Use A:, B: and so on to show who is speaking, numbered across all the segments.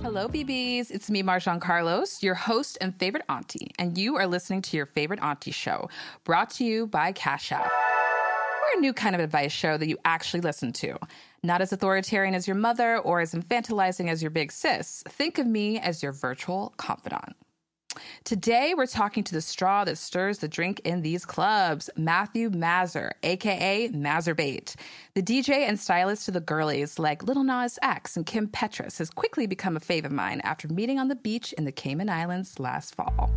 A: BBs. It's me, Marjan Carlos, your host and favorite auntie, and you are listening to your favorite auntie show, brought to you by Cash App. We're a new kind of advice show that you actually listen to. Not as authoritarian as your mother or as infantilizing as your big sis. Think of me as your virtual confidant. Today, we're talking to the straw that stirs the drink in these clubs, Matthew Mazur, aka Mazurbate. The DJ and stylist to the girlies like Little Nas X and Kim Petras has quickly become a fave of mine after meeting on the beach in the Cayman Islands last fall.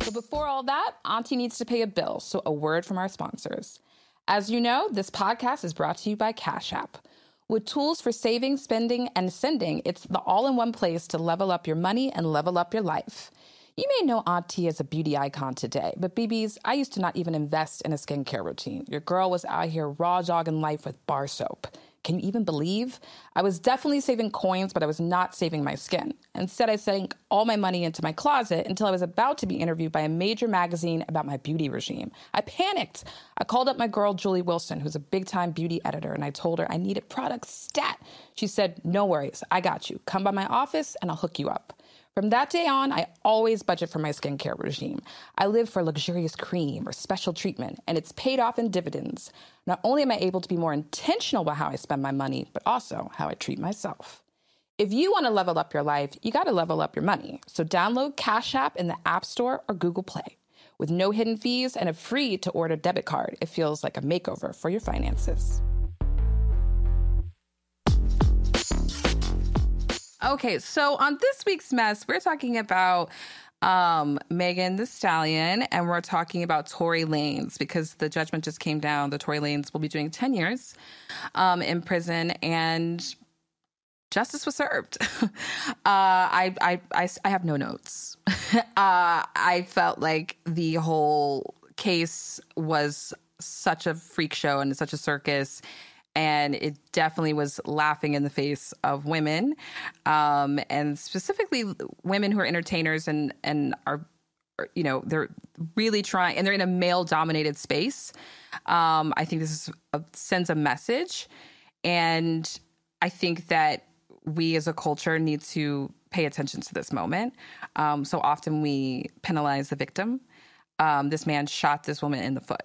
A: But before all that, Auntie needs to pay a bill, so a word from our sponsors. As you know, this podcast is brought to you by Cash App. With tools for saving, spending, and sending, it's the all in one place to level up your money and level up your life. You may know Auntie as a beauty icon today, but BBs, I used to not even invest in a skincare routine. Your girl was out here raw dogging life with bar soap. Can you even believe? I was definitely saving coins, but I was not saving my skin. Instead, I sank all my money into my closet until I was about to be interviewed by a major magazine about my beauty regime. I panicked. I called up my girl, Julie Wilson, who's a big time beauty editor, and I told her I needed products stat. She said, No worries, I got you. Come by my office and I'll hook you up. From that day on, I always budget for my skincare regime. I live for luxurious cream or special treatment, and it's paid off in dividends. Not only am I able to be more intentional about how I spend my money, but also how I treat myself. If you want to level up your life, you got to level up your money. So download Cash App in the App Store or Google Play. With no hidden fees and a free to order debit card, it feels like a makeover for your finances. Okay, so on this week's mess, we're talking about um Megan the Stallion and we're talking about Tory Lanes because the judgment just came down. The Tory Lanes will be doing 10 years um in prison and justice was served. uh I, I I I have no notes. uh I felt like the whole case was such a freak show and such a circus and it definitely was laughing in the face of women, um, and specifically women who are entertainers and and are, are, you know, they're really trying, and they're in a male-dominated space. Um, I think this is a, sends a message, and I think that we as a culture need to pay attention to this moment. Um, so often we penalize the victim. Um, this man shot this woman in the foot,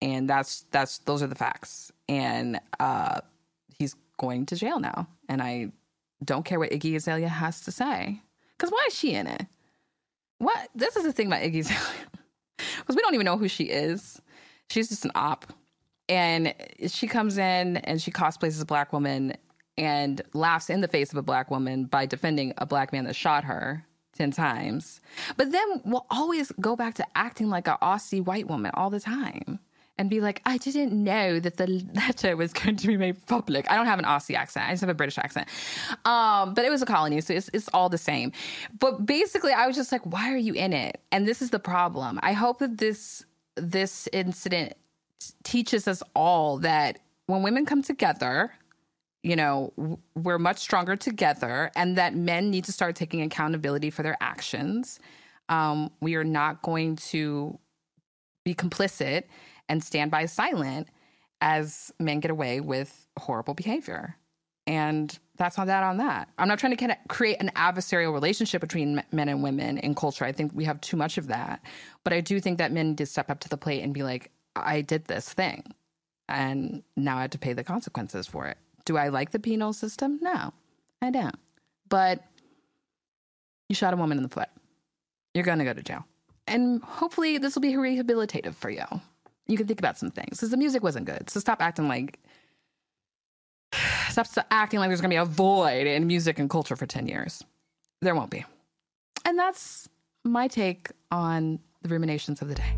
A: and that's that's those are the facts and uh, he's going to jail now. And I don't care what Iggy Azalea has to say, because why is she in it? What this is the thing about Iggy Azalea, because we don't even know who she is. She's just an op, and she comes in and she cosplays as a black woman and laughs in the face of a black woman by defending a black man that shot her. 10 times. But then we'll always go back to acting like a Aussie white woman all the time and be like, I didn't know that the letter was going to be made public. I don't have an Aussie accent. I just have a British accent. Um, but it was a colony, so it's, it's all the same. But basically, I was just like, why are you in it? And this is the problem. I hope that this this incident teaches us all that when women come together, you know, we're much stronger together, and that men need to start taking accountability for their actions. Um, we are not going to be complicit and stand by silent as men get away with horrible behavior. And that's not that on that. I'm not trying to create an adversarial relationship between men and women in culture. I think we have too much of that. But I do think that men need to step up to the plate and be like, I did this thing and now I have to pay the consequences for it. Do I like the penal system? No, I don't. But you shot a woman in the foot. You're going to go to jail. And hopefully, this will be rehabilitative for you you can think about some things because the music wasn't good. So stop acting like stop acting like there's going to be a void in music and culture for ten years. There won't be. And that's my take on the ruminations of the day.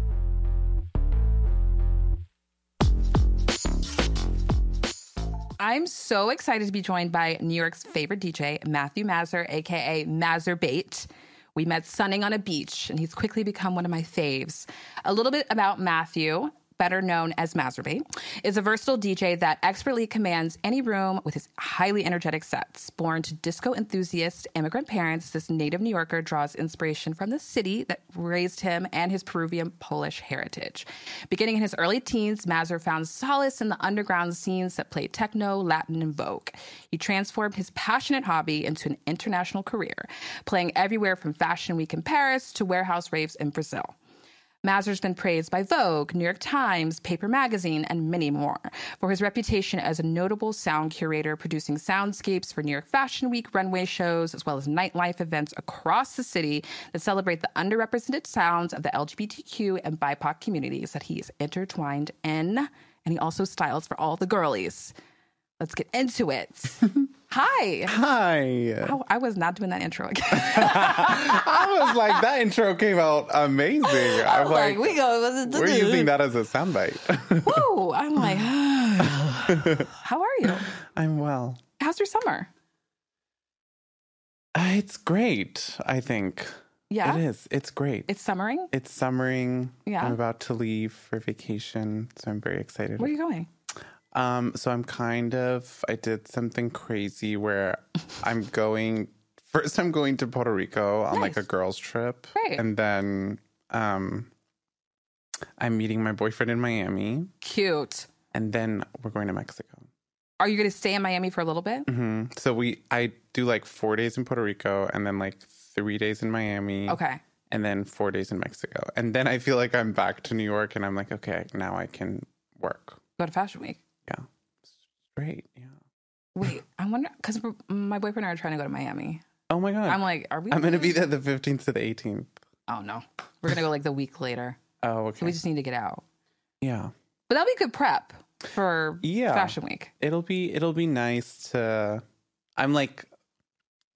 A: I'm so excited to be joined by New York's favorite DJ, Matthew Mazur, aka Mazur Bate. We met sunning on a beach, and he's quickly become one of my faves. A little bit about Matthew better known as Masturbate, is a versatile DJ that expertly commands any room with his highly energetic sets. Born to disco enthusiast immigrant parents, this native New Yorker draws inspiration from the city that raised him and his Peruvian Polish heritage. Beginning in his early teens, Mazur found solace in the underground scenes that played techno, Latin, and Vogue. He transformed his passionate hobby into an international career, playing everywhere from Fashion Week in Paris to warehouse raves in Brazil. Mazur's been praised by Vogue, New York Times, Paper Magazine, and many more for his reputation as a notable sound curator, producing soundscapes for New York Fashion Week runway shows, as well as nightlife events across the city that celebrate the underrepresented sounds of the LGBTQ and BIPOC communities that he is intertwined in. And he also styles for all the girlies. Let's get into it. Hi.
B: Hi.
A: Oh, I was not doing that intro again.
B: I was like, that intro came out amazing.
A: I
B: I'm
A: was like,
B: like,
A: we go.
B: we're using that as a soundbite.
A: Woo! I'm like, how are you?
B: I'm well.
A: How's your summer?
B: Uh, It's great, I think.
A: Yeah,
B: It is. It's great. It's,
A: it's summering.
B: summering.
A: Yeah.
B: I'm about to leave for vacation, so I'm very excited.
A: Where are you going?
B: Um, so I'm kind of I did something crazy where I'm going first I'm going to Puerto Rico on like a
A: Nice.
B: girls trip.
A: Great.
B: And then um I'm meeting my boyfriend in Miami
A: Cute.
B: and then we're going to Mexico.
A: Are you going to stay in Miami for a little bit?
B: hmm So we I do like 4 days in Puerto Rico and then like 3 days in Miami
A: Okay.
B: and then 4 days in Mexico. And then I feel like I'm back to New York and I'm like okay, now I can work.
A: Go to Fashion Week.
B: Yeah. Great. Yeah.
A: Wait, I wonder because my boyfriend and I are trying to go to Miami.
B: Oh my god.
A: I'm like, are we?
B: I'm gonna be there the 15th to the 18th.
A: Oh no, we're gonna go like the week later. So
B: Oh, okay.
A: we just need to get out.
B: yeah,
A: But that'll be good prep for
B: yeah.
A: Fashion Week.
B: It'll be it'll be nice to. I'm like,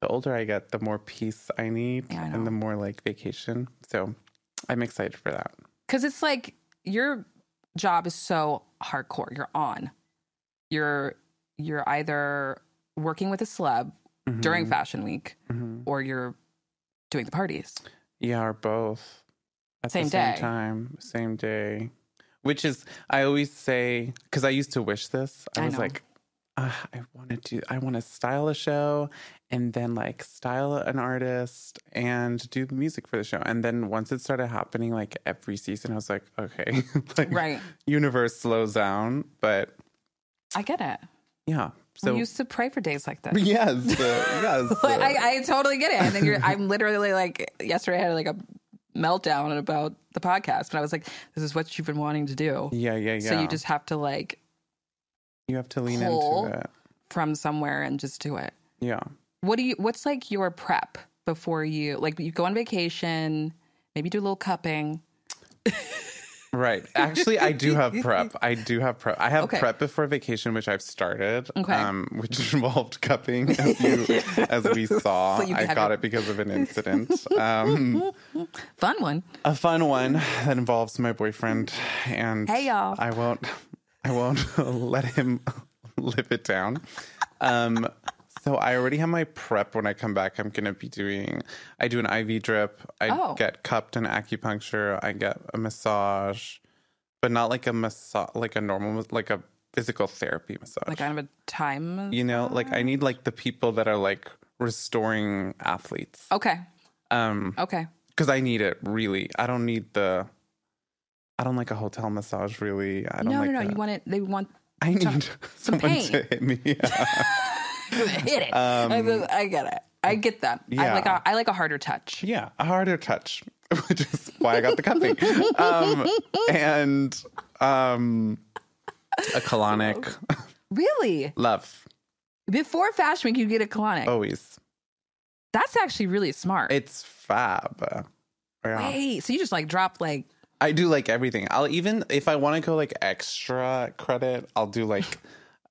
B: the older I get, the more peace I need,
A: Yeah, I know.
B: and the more like vacation. So, I'm excited for that.
A: because it's like your job is so hardcore you're on you're you're either working with a celeb during
B: Mhm,
A: fashion week
B: mhm.
A: or you're doing the parties
B: Yeah, or E both at
A: Same
B: the same
A: day.
B: time, same day. Which is, I always say, because I used to wish this. I,
A: I
B: was
A: know.
B: like, ah, I want to do, I want to style a show, and then like style an artist and do the music for the show. And then once it started happening, like every season, I was like, okay, like
A: right
B: universe slows down. But
A: i get it
B: yeah,
A: We
B: so
A: used to pray for days like this
B: yes, uh, yes.
A: but
B: uh,
A: I, I totally get it and then you're i'm literally like yesterday i had like a meltdown about the podcast but i was like this is what you've been wanting to do
B: yeah, yeah, yeah.
A: so you just have to like
B: you have to lean
A: pull.
B: into it.
A: from somewhere and just do it
B: Yeah.
A: what do you what's like your prep before you like you go on vacation maybe do a little cupping
B: Right. Actually, I do have prep. I do have prep. I have
A: Okay.
B: prep before vacation, which I've started,
A: Okay.
B: um, which involved cupping, as, you, as we saw.
A: So you
B: I
A: had
B: got
A: your-
B: it because of an incident. Um,
A: fun one
B: a fun one that involves my boyfriend, and
A: Hey, y'all.
B: I won't, I won't let him live it down. Um, so I already have my prep. When I come back, I'm gonna be doing. I do an IV drip. I
A: Oh.
B: get cupped and acupuncture. I get a massage, but not like a massage, like a normal, mas- like a physical therapy massage.
A: like kind of a time
B: you know, like I need like the people that are like restoring athletes.
A: okay
B: Um,
A: okay
B: because I need it really. I don't need the. I don't like a hotel massage really. I don't
A: no
B: like
A: no no
B: that.
A: you want it they want
B: I need someone
A: pain.
B: to hit me. Yeah.
A: hit it
B: Um,
A: I, I get it i get that i
B: yeah.
A: like a, i like a harder touch
B: Yeah, a harder touch, which is why I got the cupping. um, and um, a colonic
A: really
B: love
A: before fashion week you get a colonic
B: always.
A: that's actually really smart
B: It's fab. Yeah.
A: wait so you just like drop like
B: I do like everything. I'll even if I want to go like extra credit, I'll do like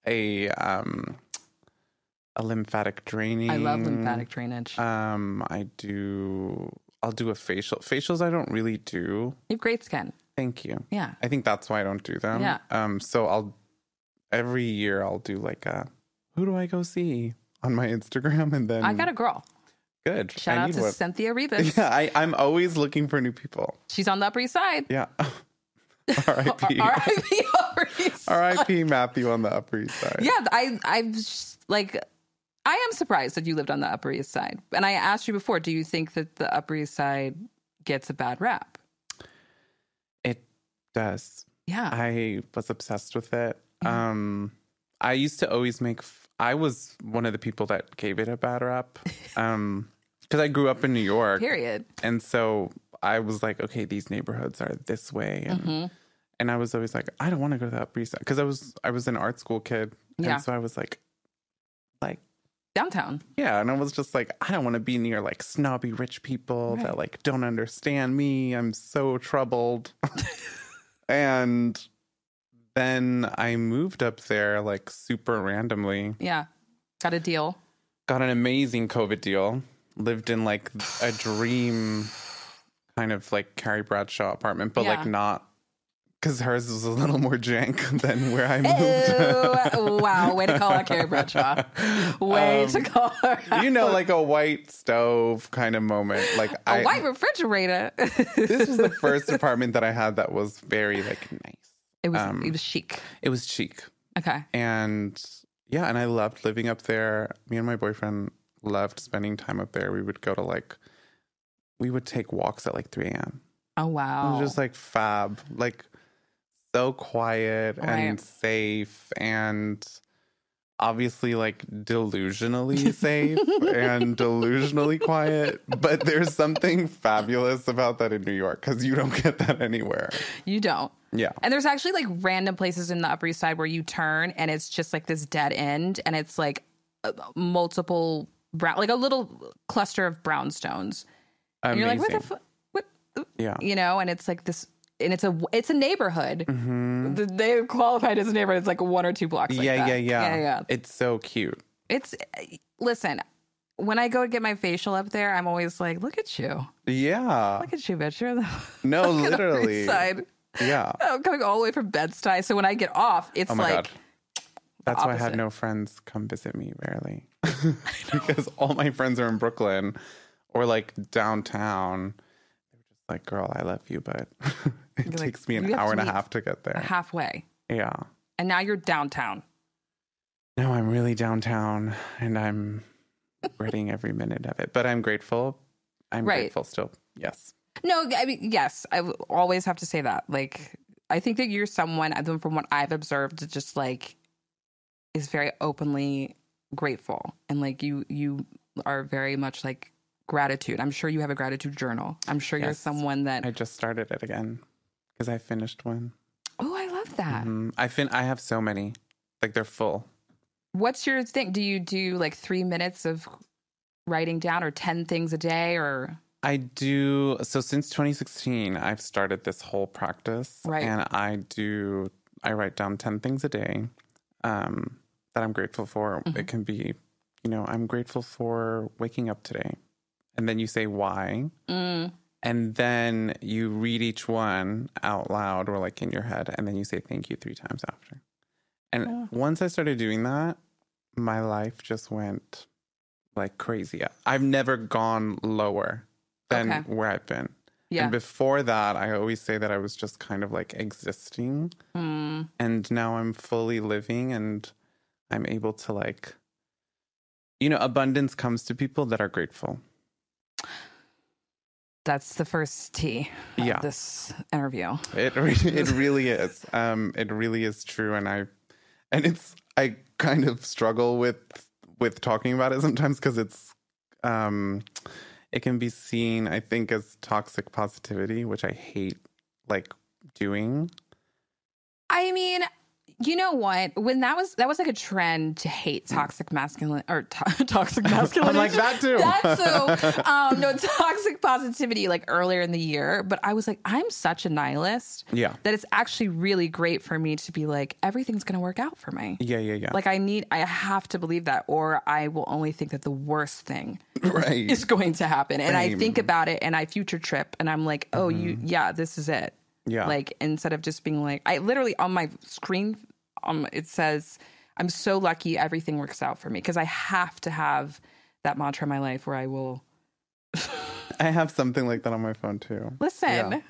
B: a um a lymphatic draining.
A: i love lymphatic drainage
B: Um, I do. I'll do a facial. Facials I don't really do.
A: you have great skin
B: Thank you.
A: yeah
B: I think that's why I don't do them.
A: Yeah.
B: Um. So I'll every year I'll do like a who do I go see on my Instagram and then
A: i got a girl
B: good
A: shout
B: I
A: out
B: need
A: to
B: one.
A: cynthia rivas
B: Yeah, I, I'm always looking for new people.
A: she's on the upper east side
B: Yeah. R.I.P.
A: R.I.P. Upper East Side.
B: R.I.P. Matthew on the Upper East Side.
A: Yeah, I I'm sh- like I am surprised that you lived on the Upper East Side. And I asked you before, do you think that the Upper East Side gets a bad rap?
B: It does.
A: Yeah.
B: I was obsessed with it.
A: Mm-hmm.
B: Um, I used to always make. F- I was one of the people that gave it a bad rap, um, because I grew up in New York,
A: Period.
B: and so I was like, okay, these neighborhoods are this way,
A: Mm-hmm.
B: and and I was always like, I don't want to go to the Upper East Side because I was I was an art school kid,
A: Yeah.
B: and so I was like, like
A: Downtown.
B: yeah, and I was just like, I don't want to be near like snobby rich people
A: Right.
B: that like don't understand me. I'm so troubled. and then I moved up there like super randomly.
A: Yeah. Got a deal.
B: Got an amazing COVID deal. Lived in like a dream kind of like Carrie Bradshaw apartment, but like
A: Yeah.
B: not because hers was a little more jank than where I moved.
A: Ew. wow. Way to call out Carrie Bradshaw. Way to call her. Out.
B: Um, you know, like a white stove kind of moment. Like
A: a
B: I.
A: white refrigerator.
B: this was the first apartment that I had that was very like nice.
A: it was
B: um,
A: it was chic.
B: It was chic.
A: Okay.
B: And yeah, and I loved living up there. Me and my boyfriend loved spending time up there. We would go to like we would take walks at like 3 a.m.
A: Oh
B: It
A: wow.
B: was just like fab. Like so quiet
A: Right.
B: and safe and obviously like delusionally safe and delusionally quiet. But there's something fabulous about that in New York because you don't get that anywhere.
A: you don't.
B: Yeah.
A: And there's actually like random places in the Upper East Side where you turn and it's just like this dead end and it's like uh, multiple brown, like a little cluster of brownstones. And
B: Amazing.
A: you're like, what the fuck? What?
B: yeah.
A: You know, and it's like this, and it's a it's a neighborhood. The- They qualified as a neighborhood. It's like one or two blocks. like
B: Mm-hmm. yeah,
A: that.
B: yeah, yeah,
A: yeah, yeah.
B: It's so cute.
A: It's eh, listen. When I go to get my facial up there, I'm always like, look at you,
B: Yeah.
A: look at you, bitch. You're the
B: No,
A: fucking Upper East
B: literally.
A: Side. Oh,
B: Yeah.
A: I'm coming all the way from Bed Stuy, so when I get off, it's
B: Oh my
A: like.
B: god. That's why I
A: opposite.
B: have no friends come visit me rarely. because all my friends are in Brooklyn or like downtown. They're just like, girl, I love you, but it
A: like,
B: takes me
A: "You
B: an
A: have
B: hour
A: to
B: and a
A: meet
B: half to get there.
A: halfway
B: Yeah.
A: and now you're downtown
B: No, I'm really downtown and I'm regretting every minute of it. But I'm grateful. I'm
A: Right.
B: grateful still. Yes.
A: no i mean yes i w- always have to say that like i think that you're someone I think from what i've observed that just like is very openly grateful and like you you are very much like gratitude i'm sure you have a gratitude journal i'm sure you're
B: Yes.
A: someone
B: I
A: that
B: just started it again because I finished one.
A: oh i love that
B: Mm, I fin I have so many. Like they're full.
A: what's your thing do you do like three minutes of writing down or 10 things a day or
B: I do so since 2016 I've started this whole practice
A: Right.
B: and I do I write down 10 things a day um that I'm grateful for. It can be you know, I'm grateful for waking up today. And then you say why.
A: Mm,
B: And then you read each one out loud or like in your head and then you say thank you 3 times after. And
A: Yeah.
B: once I started doing that, my life just went like crazy. I've never gone lower than
A: Okay.
B: where I've been.
A: yeah
B: And before that, I always say that I was just kind of like existing.
A: Mm,
B: And now I'm fully living and I'm able to like, you know, abundance comes to people that are grateful.
A: that's the first t of
B: Yeah.
A: this interview
B: It re- it really is. Um, it really is true, and I, and it's I kind of struggle with with talking about it sometimes because it's, um, it can be seen I think as toxic positivity, which I hate like doing.
A: I mean, you know what? When that was that was like a trend to hate toxic masculine or to- toxic masculinity.
B: like that too.
A: That too. Um, no, toxic positivity like earlier in the year, but I was like, I'm such a nihilist
B: Yeah,
A: that it's actually really great for me to be like, everything's gonna work out for me.
B: yeah, yeah, yeah.
A: Like I need, I have to believe that, or I will only think that the worst thing
B: right.
A: is going to happen. And I
B: Same. Mm-hmm.
A: think about it, and I future trip, and I'm like, oh, you, yeah, this is it.
B: Yeah.
A: Like instead of just being like, I literally on my screen, um, it says, "I'm so lucky, everything works out for me," because I have to have that mantra in my life where I will
B: I have something like that on my phone too.
A: listen.
B: Yeah.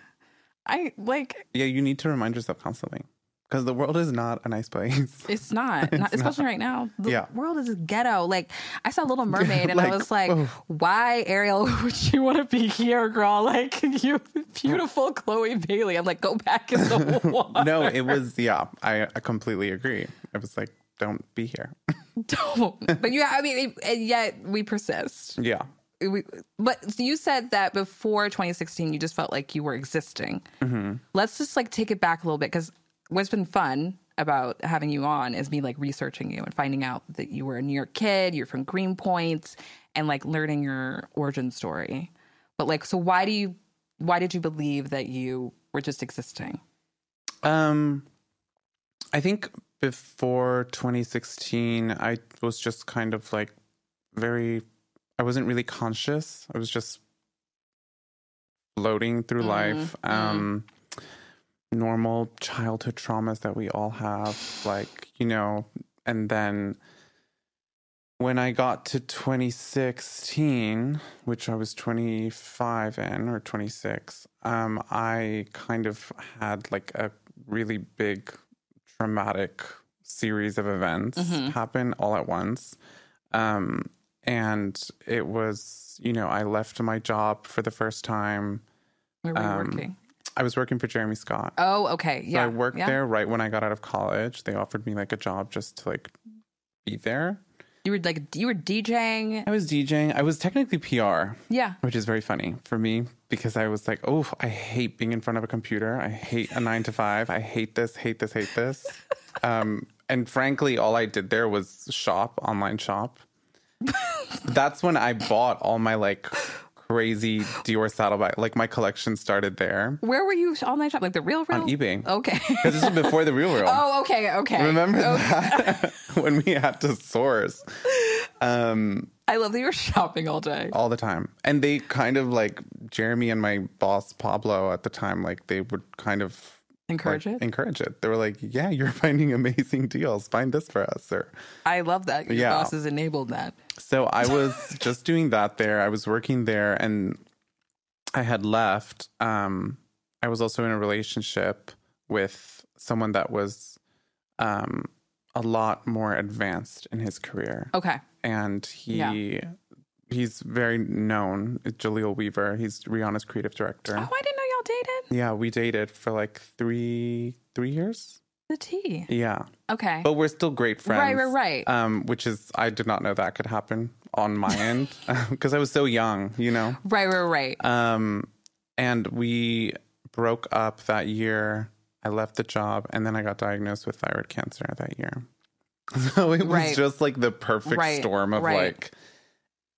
A: I like
B: Yeah, you need to remind yourself constantly because the world is not a nice place.
A: it's not,
B: It's
A: not especially right now. The
B: Yeah.
A: world is a ghetto. Like I saw Little Mermaid and I
B: Like,
A: was like,
B: oh.
A: why Ariel would you want to be here, girl? Like you beautiful Chloe Bailey. I'm like, go back in the water.
B: no, it was yeah. I, I completely agree. I was like, don't be here.
A: don't. But yeah, I mean, it, and yet we persist.
B: yeah,
A: We, but you said that before 2016, you just felt like you were existing.
B: Mm-hmm.
A: Let's just like take it back a little bit because what's been fun about having you on is me like researching you and finding out that you were a New York kid, you're from Greenpoint, and like learning your origin story. But like, so why do you, why did you believe that you were just existing?
B: Um, I think before 2016, I was just kind of like very. I wasn't really conscious. I was just floating through life. Um, normal childhood traumas that we all have, like you know, and then when I got to 2016, which I was 25 in or 26, um, I kind of had like a really big traumatic series of events
A: Mm-hmm.
B: happen all at once. Um, and it was, you know, I left my job for the first time.
A: Where were you
B: Um,
A: working?
B: I was working for Jeremy Scott.
A: Oh, okay.
B: So
A: Yeah.
B: I worked
A: yeah.
B: there right when I got out of college. They offered me like a job just to like be there.
A: You were like, you were DJing.
B: I was DJing. I was technically PR,
A: Yeah.
B: which is very funny for me because I was like, oh, I hate being in front of a computer. I hate a nine to five. I hate this, hate this, hate this. Um, and frankly, all I did there was shop, online shop. That's when I bought all my like crazy Dior saddleback. Like my collection started there
A: Where were you all night shop? Like the real real?
B: on E- eBay.
A: Okay.
B: 'Cause this is before the real world.
A: oh, okay, okay.
B: Remember
A: Oh,
B: that when we had to source
A: I love that you were shopping all day.
B: all the time, and they kind of like Jeremy and my boss Pablo at the time, like they would kind of
A: Encourage
B: like,
A: it.
B: Encourage it. They were like, "Yeah, you're finding amazing deals. Find this for us." Or
A: I love that your
B: Yeah.
A: boss has enabled that.
B: so I was just doing that there. I was working there, and I had left. Um, I was also in a relationship with someone that was um, a lot more advanced in his career.
A: Okay.
B: and he
A: Oh. Yeah.
B: he's very known. It's Jaleel Weaver. He's Rihanna's creative director.
A: Oh, I didn't know y'all dated.
B: Yeah, we dated for like three three years.
A: The Oh. tea.
B: Yeah,
A: Okay.
B: but we're still great friends.
A: Right, right, right.
B: Um, which is I did not know that could happen on my end because I was so young, you know.
A: right, right, right.
B: Um, and we broke up that year. I left the job, and then I got diagnosed with thyroid cancer that year. So it was
A: Right.
B: just like the perfect
A: Right,
B: storm of
A: right.
B: like,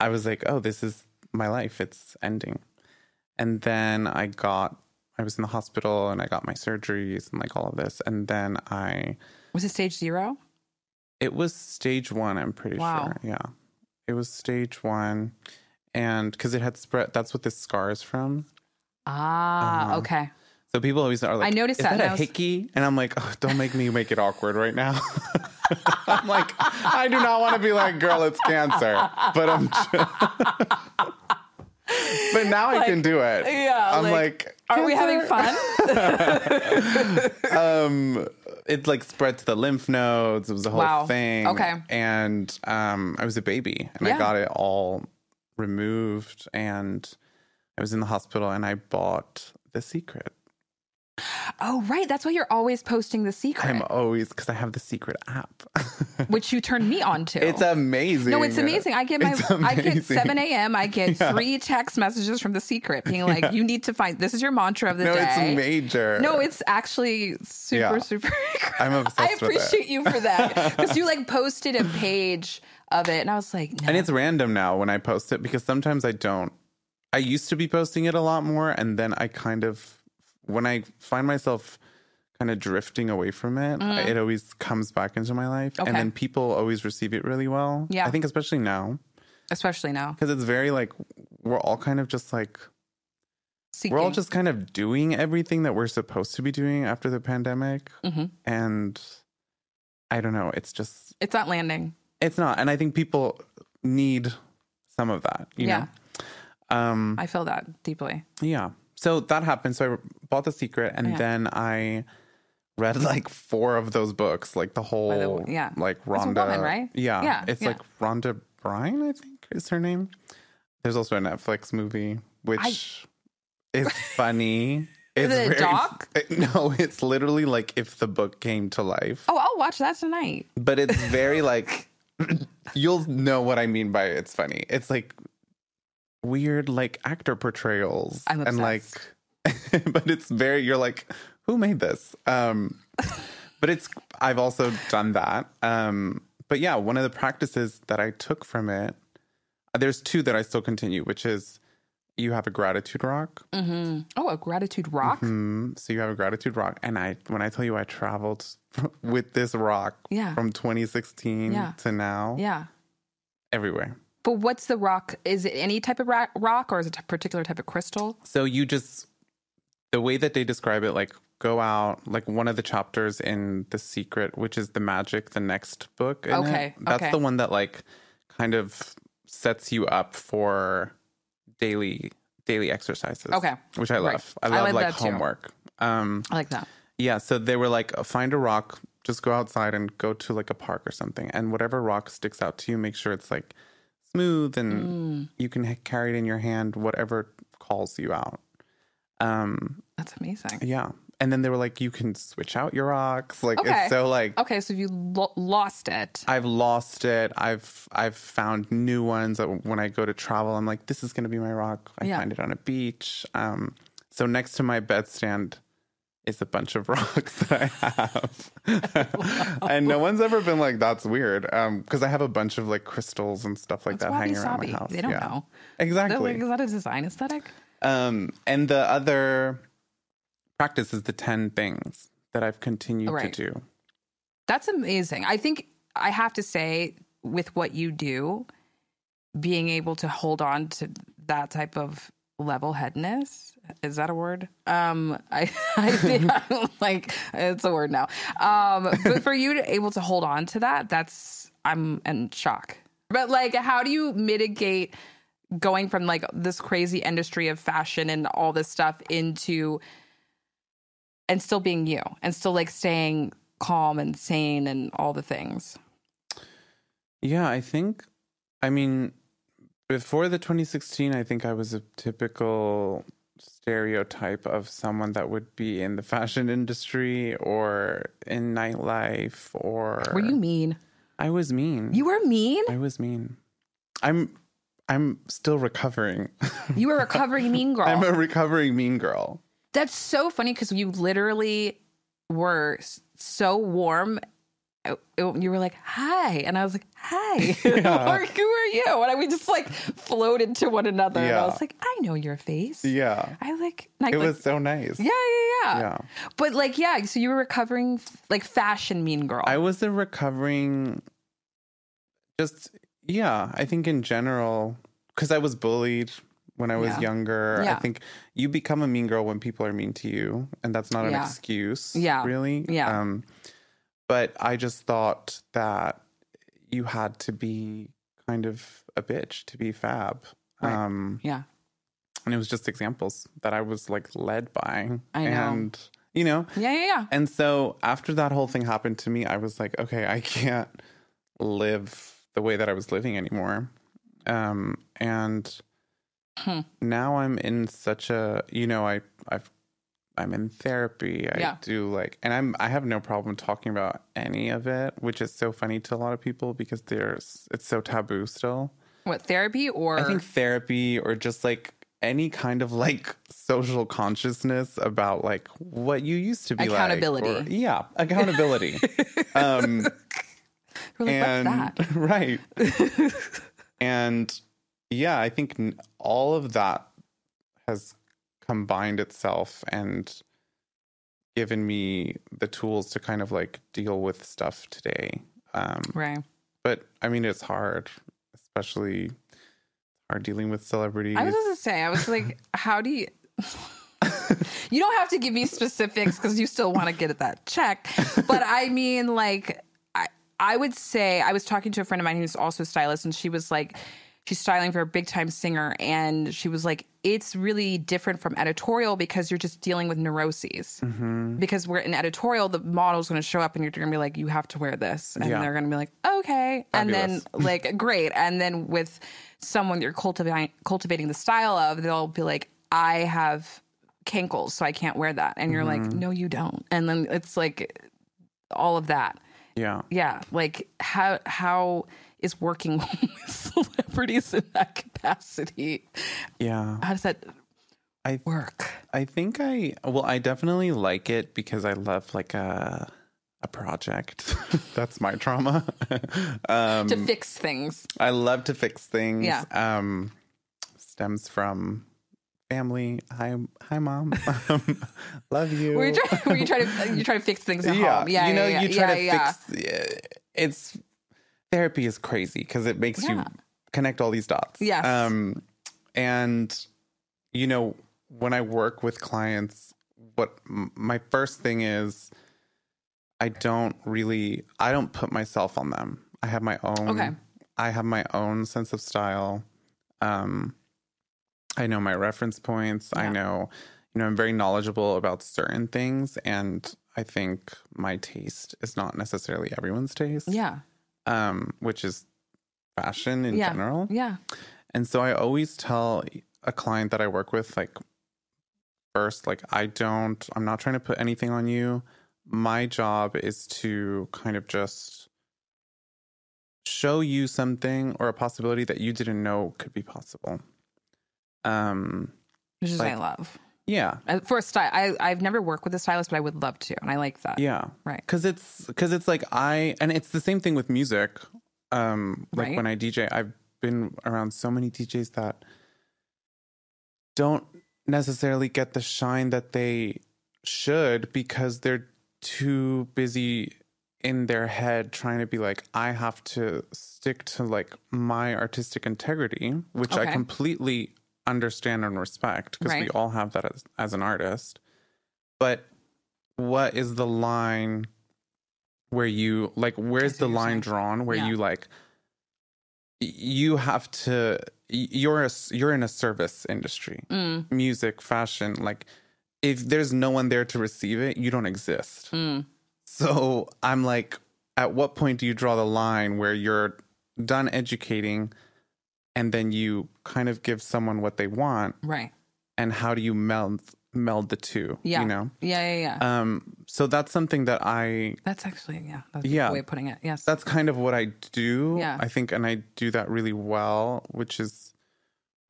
B: I was like, oh, this is my life. It's ending. And then I got, I was in the hospital and I got my surgeries and like all of this. And then I,
A: Was it stage zero?
B: it was stage one, I'm pretty
A: Wow.
B: sure. Yeah. It was stage one. And because it had spread, that's what this scar is from.
A: Ah,
B: Uh-huh.
A: okay.
B: So people always are like,
A: I noticed
B: "Is
A: that,
B: that,
A: and I
B: a
A: was-
B: hickey?" And I'm like, oh, "Don't make me make it awkward right now." I'm like, I do not want to be like, "Girl, it's cancer," but I'm. but now I can do it.
A: yeah,
B: I'm
A: like,
B: like,
A: Are we having
B: "Cancer?"
A: fun?
B: um it like spread to the lymph nodes it was a whole
A: Wow.
B: thing
A: Okay.
B: and um i was a baby and
A: Yeah.
B: i got it all removed and i was in the hospital and i bought the secret
A: oh, right. That's why you're always posting the secret,
B: i'm always because i have the secret app
A: which you turned me on to.
B: it's amazing
A: No, it's amazing. I get my
B: It's
A: I get
B: amazing.
A: seven a.m. I get
B: Yeah.
A: three text messages from the secret being like, "You need to find this is your mantra of the
B: no
A: day."
B: it's major
A: No, it's actually super,
B: Yeah.
A: super.
B: I'm obsessed
A: I
B: with it.
A: appreciate you for that because you like posted a page of it, and I was like, no.
B: and it's random now when i post it because sometimes i don't i used to be posting it a lot more and then i kind of when i find myself kind of drifting away from it I- it always comes back into my life
A: Mm-hmm. Okay.
B: and then people always receive it really well
A: Yeah.
B: i think especially now
A: especially now.
B: because it's very like we're all kind of just like
A: Seeking.
B: we're all just kind of doing everything that we're supposed to be doing after the pandemic
A: Mhm.
B: and i don't know it's just
A: It's not landing.
B: it's not and i think people need some of that you
A: yeah,
B: know um
A: I feel that deeply.
B: Yeah. so that happened. So I bought The Secret and
A: Yeah.
B: then I read like four of those books, like the whole,
A: yeah.
B: like
A: a
B: Rhonda.
A: woman, right?
B: Yeah.
A: Yeah,
B: It's
A: yeah.
B: like Rhonda Bryan, I think is her name. There's also a Netflix movie, which is funny.
A: Is
B: It's
A: it a doc?
B: No, it's literally like if the book came to life.
A: Oh, I'll watch that tonight.
B: But it's very like, you'll know what I mean by it's funny. It's like weird, like actor portrayals.
A: I'm
B: And like, but it's very, you're like, who made this? Um, but it's, I've also done that. Um, but yeah, one of the practices that I took from it, there's two that I still continue, which is you have a gratitude rock. Mm-hmm.
A: hmm Oh, a gratitude rock.
B: Mm, so you have a gratitude rock, and I when I tell you I traveled with this rock
A: Yeah.
B: from 2016
A: Yeah.
B: to now
A: Yeah.
B: everywhere.
A: But what's the rock? Is it any type of ra- rock or is it a particular type of crystal?
B: So you just the way that they describe it, like go out, like one of the chapters in The Secret, which is the magic, the next book. in it,
A: Okay,
B: that's
A: okay.
B: the one that like kind of sets you up for daily daily exercises.
A: Okay.
B: which I
A: Right.
B: love.
A: I
B: I love
A: like
B: like
A: that too.
B: homework. Um,
A: I like that.
B: Yeah, so they were like, find a rock, just go outside and go to like a park or something, and whatever rock sticks out to you, make sure it's like smooth and you can ha- carry it in your hand, whatever calls you out. Um,
A: That's amazing.
B: yeah, and then they were like, you can switch out your rocks, like
A: Okay.
B: it's so like
A: Okay, so you lo- lost it.
B: I've lost it. I've I've found new ones that when I go to travel, I'm like, this is gonna be my rock. I
A: Yeah.
B: find it on a beach. Um, so next to my bedstand is a bunch of rocks that I have, and no one's ever been like, that's weird, because I have a bunch of like crystals and stuff like that hanging around
A: wabi-sabi.
B: my house.
A: They don't know. They're
B: exactly.
A: like, is that a design aesthetic?
B: Um, and the other practice is the ten things that I've continued
A: Right.
B: to do.
A: That's amazing. I think I have to say, with what you do, being able to hold on to that type of level headedness is that a word? Um, I, I think like it's a word now. Um, but for you to able to hold on to that, that's I'm in shock. But like, how do you mitigate going from like this crazy industry of fashion and all this stuff into and still being you and still like staying calm and sane and all the things.
B: Yeah, I think, I mean, before the 2016, I think I was a typical stereotype of someone that would be in the fashion industry or in nightlife or.
A: Were you mean?
B: I was mean.
A: You were mean?
B: I was mean. I'm. I'm still recovering.
A: You were a recovering mean girl.
B: I'm a recovering mean girl.
A: That's so funny because you literally were s- so warm. It- it- You were like, hi. And I was like, hi.
B: Yeah.
A: Like, Who are you? And I- we just like floated to one another. And I
B: Yeah.
A: was like, I know your face.
B: Yeah.
A: I like, and I,
B: It
A: like-
B: was so nice.
A: yeah, yeah, yeah,
B: Yeah.
A: But like, yeah, so you were recovering f- like fashion mean girl.
B: I was a recovering, just, yeah, I think in general, because I was bullied when I was
A: Yeah.
B: younger.
A: Yeah.
B: I think you become a mean girl when people are mean to you, and that's not an
A: Yeah.
B: excuse,
A: Yeah.
B: really.
A: Yeah.
B: Um, but I just thought that you had to be kind of a bitch to be fab.
A: Right.
B: Um,
A: yeah.
B: and it was just examples that I was like led by.
A: I know.
B: And, you know,
A: Yeah, yeah, yeah.
B: and so after that whole thing happened to me, I was like, okay, I can't live the way that I was living anymore. Um, and
A: Hmm.
B: now I'm in such a, you know, I, I've, I'm in therapy. I
A: Yeah.
B: do like, and I'm, I have no problem talking about any of it, which is so funny to a lot of people because there's, it's so taboo still.
A: What, therapy or?
B: I think therapy or just like any kind of like social consciousness about like what you used to be like, or-
A: Accountability.
B: yeah, accountability. um,
A: We're like,
B: and
A: what's that?
B: right. and yeah, I think n- all of that has combined itself and given me the tools to kind of like deal with stuff today. Um,
A: Right.
B: but I mean, it's hard, especially hard dealing with celebrities.
A: I was just gonna say, I was like, how do you? you don't have to give me specifics because you still want to get at that check. But I mean, like, I I would say I was talking to a friend of mine who's also a stylist, and she was like, she's styling for a big time singer and she was like it's really different from editorial because you're just dealing with neuroses
B: Mm-hmm.
A: because we're in editorial the model's going to show up and you're going to be like you have to wear this and
B: Yeah.
A: they're going to be like okay and
B: Fabulous.
A: then like great and then with someone you're cultivating cultivating the style of they'll be like i have cankles so i can't wear that and you're
B: Mm-hmm.
A: like no you don't and then it's like all of that
B: Yeah.
A: yeah like how how is working with celebrities in that capacity
B: Yeah.
A: how does that
B: I-
A: work
B: I think I well, I definitely like it because I love like a a project. That's my trauma. um,
A: to fix things
B: I love to fix things.
A: Yeah.
B: Um, stems from family. Hi, hi, mom. Um, love you.
A: where you try, where you try to you try to fix things at home yeah
B: you know,
A: yeah, yeah,
B: you try
A: yeah, yeah.
B: to fix. eh, It's therapy is crazy because it makes you
A: Yeah.
B: connect all these dots.
A: Yes.
B: Um, and you know, when I work with clients, what m- my first thing is, I don't really, I don't put myself on them. I have my own.
A: Okay.
B: I have my own sense of style. Um, I know my reference points. I
A: Yeah.
B: know, you know, I'm very knowledgeable about certain things, and I think my taste is not necessarily everyone's taste.
A: yeah
B: Um, which is fashion in
A: Yeah.
B: general.
A: yeah
B: And so I always tell a client that I work with, like, first, like, I don't, I'm not trying to put anything on you. My job is to kind of just show you something or a possibility that you didn't know could be possible. Um,
A: which is
B: Like-
A: what i love
B: yeah,
A: Uh, for a style I, i've never worked with a stylist but i would love to and i like that
B: yeah.
A: Uh, right
B: Cause it's, cause it's like I, and it's the same thing with music. Um, like
A: Right.
B: when I DJ, I've been around so many DJs that don't necessarily get the shine that they should because they're too busy in their head trying to be like I have to stick to like my artistic integrity which I
A: Okay.
B: completely understand and respect because we
A: Right.
B: all have that as, as an artist but what is the line where you like where's
A: see
B: the
A: what you're
B: line
A: saying.
B: drawn where
A: Yeah.
B: you like y- you have to y- you're a s you're in a service industry
A: mm,
B: music fashion like if there's no one there to receive it you don't exist
A: mm.
B: so i'm like at what point do you draw the line where you're done educating and then you kind of give someone what they want
A: right
B: and how do you meld meld the two
A: Yeah.
B: you know
A: yeah yeah yeah
B: um so that's something that i
A: that's actually yeah that's
B: yeah.
A: the way of putting it yes
B: that's kind of what I do.
A: Yeah.
B: I think, and I do that really well, which is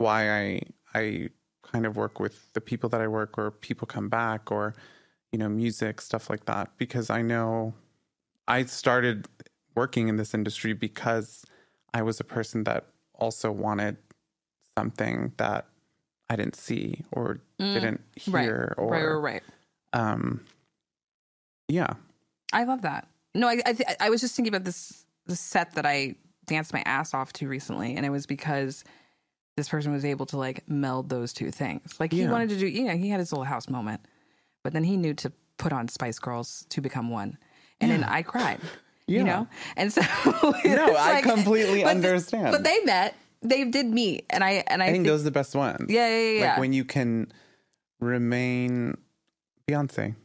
B: why I I kind of work with the people that I work, or people come back, or you know, music stuff like that, because I know I started working in this industry because I was a person that also wanted something that I didn't see or
A: Mm,
B: didn't
A: right,
B: hear, or
A: right right right
B: um, yeah,
A: I love that. No, I I, th- I was just thinking about this the set that I danced my ass off to recently, and it was because this person was able to like meld those two things. Like he
B: Yeah.
A: wanted to do, you know, he had his little house moment, but then he knew to put on Spice Girls to become one, and then I cried.
B: Yeah.
A: You know, and so no,
B: No, I completely understand.
A: But they met, they did meet, and I and I,
B: I think
A: think,
B: those are the best ones.
A: yeah, yeah, yeah,
B: Like
A: yeah.
B: when you can remain Beyonce,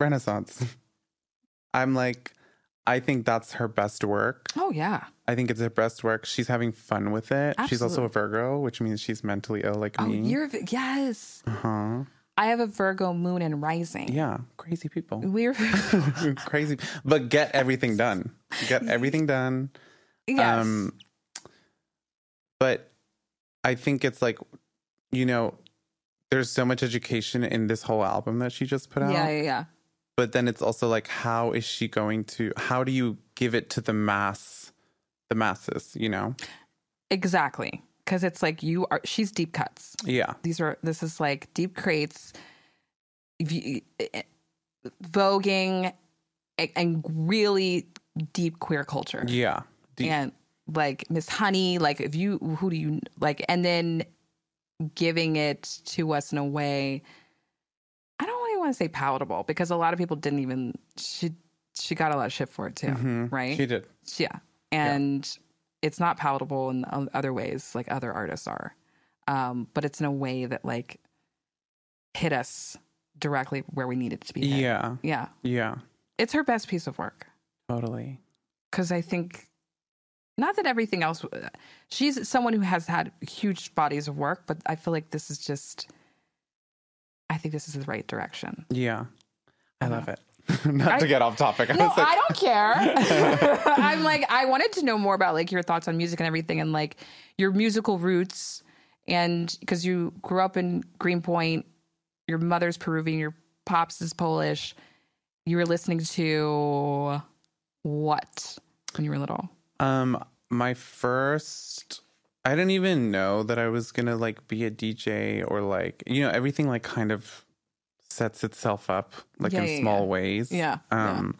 B: Renaissance. I'm like, I think that's her best work.
A: oh yeah,
B: I think it's her best work. She's having fun with it. She's
A: Absolutely.
B: also a Virgo, which means she's mentally ill like
A: oh
B: me.
A: you're yes.
B: uh-huh.
A: I have a Virgo moon and rising.
B: Yeah, crazy people.
A: We're
B: crazy. But get everything done. Get everything done. Um,
A: yes.
B: but I think it's like, you know, there's so much education in this whole album that she just put out.
A: Yeah, yeah, yeah.
B: But then it's also like, how is she going to? How do you give it to the mass, the masses? You know?
A: Exactly. Because it's like you are, she's deep cuts.
B: Yeah,
A: These are, this is like deep crates, if you- eh, voguing, and, and really deep queer culture.
B: yeah. Do you-
A: And like Miss Honey, like if you, who do you, like, and then giving it to us in a way, I don't really want to say palatable because a lot of people didn't even, she, she got a lot of shit for it too,
B: Mhm.
A: right?
B: She did.
A: Yeah. And it's not palatable in o- other ways like other artists are um but it's in a way that like hit us directly where we needed to be hit.
B: Yeah.
A: yeah
B: Yeah.
A: it's her best piece of work
B: Totally.
A: because I think not that everything else uh, she's someone who has had huge bodies of work, but I feel like this is just I think this is the right direction.
B: Yeah. I
A: Uh-huh.
B: love it. Not to
A: I-
B: get off topic. I
A: No,
B: was like,
A: I don't care. I'm like I wanted to know more about like your thoughts on music and everything and like your musical roots and because you grew up in Greenpoint, your mother's Peruvian, your pops is Polish. You were listening to what when you were little?
B: Um, my first, I didn't even know that I was gonna like be a DJ or like you know everything like kind of sets itself up like
A: Yeah,
B: in
A: yeah,
B: small
A: yeah.
B: ways.
A: Yeah, yeah.
B: Um,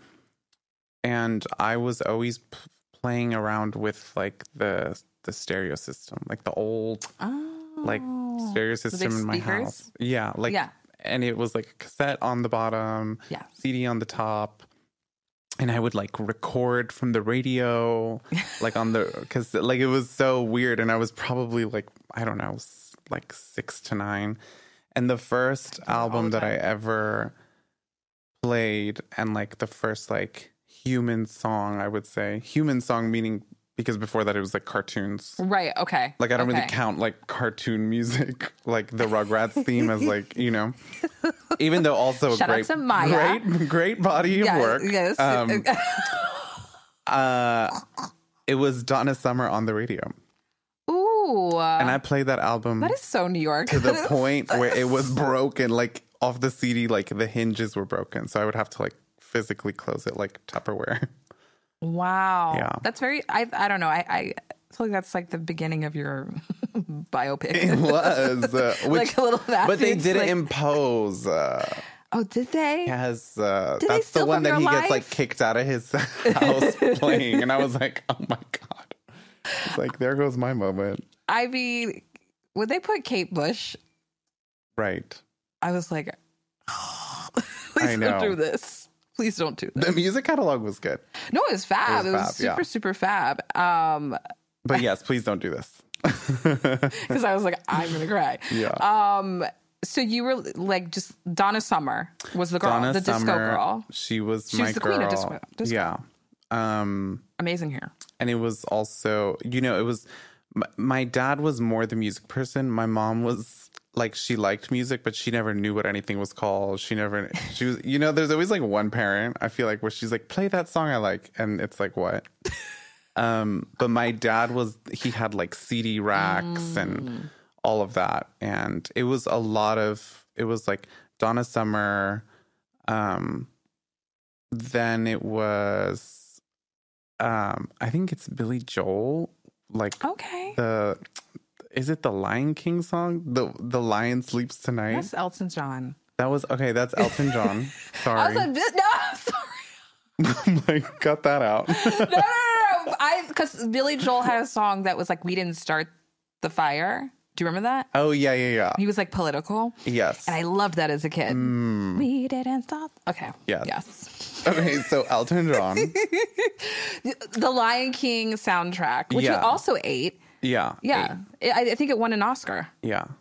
B: and I was always p- playing around with like the the stereo system, like the old
A: Oh.
B: like stereo system in my
A: speakers?
B: house. Yeah, like
A: yeah.
B: and it was like a cassette on the bottom,
A: Yeah.
B: CD on the top. And I would like record from the radio, like on the, because like it was so weird. And I was probably like, I don't know, s- like six to nine. And the first
A: all
B: album
A: the
B: that I ever played, and like the first like human song, I would say, human song meaning, because before that it was like cartoons.
A: Right. Okay.
B: Like I don't really
A: Okay.
B: count like cartoon music, like the Rugrats theme as like you know, even though also a
A: Shout out
B: great,
A: to Maya.
B: great, great body of
A: Yeah,
B: work.
A: Yes.
B: Um, uh, it was Donna Summer on the radio,
A: Ooh.
B: and I played that album
A: that Oh. is so New York.
B: to the point where it was broken, like off the CD, like the hinges were broken, so I would have to like physically close it like Tupperware.
A: wow.
B: Yeah.
A: That's very. I. I don't know. I. I feel like that's like the beginning of your
B: It
A: biopic.
B: was, uh, which,
A: like a little. That
B: but they
A: it's
B: didn't
A: like-
B: impose. Uh,
A: oh, did they?
B: Yes, uh,
A: Did they
B: that's the
A: steal
B: one
A: from
B: that
A: your
B: he gets like
A: life?
B: kicked out of his house playing, and I was like, "Oh my god!" It's like there goes my moment,
A: I mean, would they put Kate Bush?
B: right?
A: I was like, please
B: know.
A: don't do this. Please don't do this.
B: The music catalog was good,
A: No, it was fab.
B: It
A: It
B: was
A: was,
B: fab, yeah.
A: super, super fab. Um,
B: but yes, please don't do this.
A: because I was like, I'm gonna cry.
B: Yeah.
A: Um. So you were like just Donna Summer was the girl,
B: Donna
A: the disco
B: Summer,
A: girl,
B: she was
A: She
B: my
A: was the
B: girl.
A: queen of disco- disco.
B: Yeah, um,
A: amazing hair.
B: and it was also, you know, it was. My, my dad was more the music person. My mom was like she liked music, but she never knew what anything was called. She never she was you know, there's always like one parent, I feel like, where she's like, play that song I like and it's like what? um, but my dad was he had like CD racks and all of that. And it was a lot of it was like Donna Summer, um then it was um I think it's Billy Joel, like
A: Okay,
B: the is it the Lion King song? The the lion sleeps tonight.
A: that's Elton John.
B: That was okay. That's Elton John.
A: I was
B: Sorry,
A: like, "This- no, I'm sorry,
B: like cut that out.
A: no, no, no, no. I because Billy Joel had a song that was like, we didn't start the fire. Do you remember that?
B: oh yeah, yeah, yeah.
A: He was like political,
B: Yes.
A: and I loved that as a kid.
B: Mm.
A: We didn't stop. Okay.
B: Yes.
A: Yes.
B: okay, so Elton John.
A: The Lion King soundtrack, which
B: Yeah.
A: we also ate.
B: Yeah.
A: Yeah, I, I think it won an Oscar.
B: Yeah.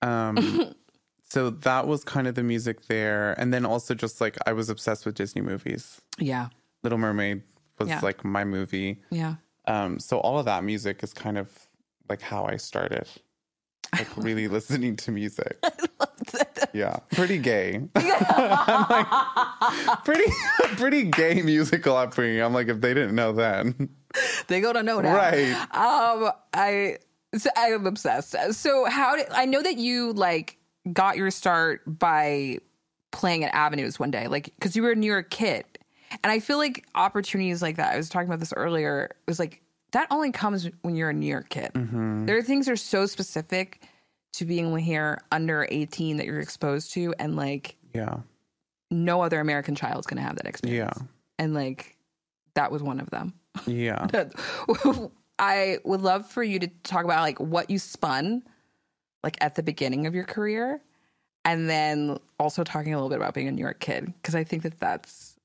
B: Um, so that was kind of the music there, and then also just like I was obsessed with Disney movies.
A: Yeah,
B: Little Mermaid was
A: Yeah.
B: like my movie.
A: yeah.
B: Um, so all of that music is kind of like how I started, like really listening to music. Yeah, pretty gay. I'm like, pretty, pretty gay musical upbringing. I'm like, if they didn't know then,
A: they go to know now.
B: right?
A: Um, I so I am obsessed. So how did I know that you like got your start by playing at avenues one day, like because you were a New York kid, and I feel like opportunities like that. I was talking about this earlier. It was like that only comes when you're a New York kid.
B: Mm-hmm.
A: There are things that are so specific to being here under 18 that you're exposed to, and like
B: Yeah,
A: no other American child's gonna have that
B: yeah,
A: experience. and like that was one of them.
B: yeah.
A: I would love for you to talk about like what you spun like at the beginning of your career and then also talking a little bit about being a New York kid because I think that that's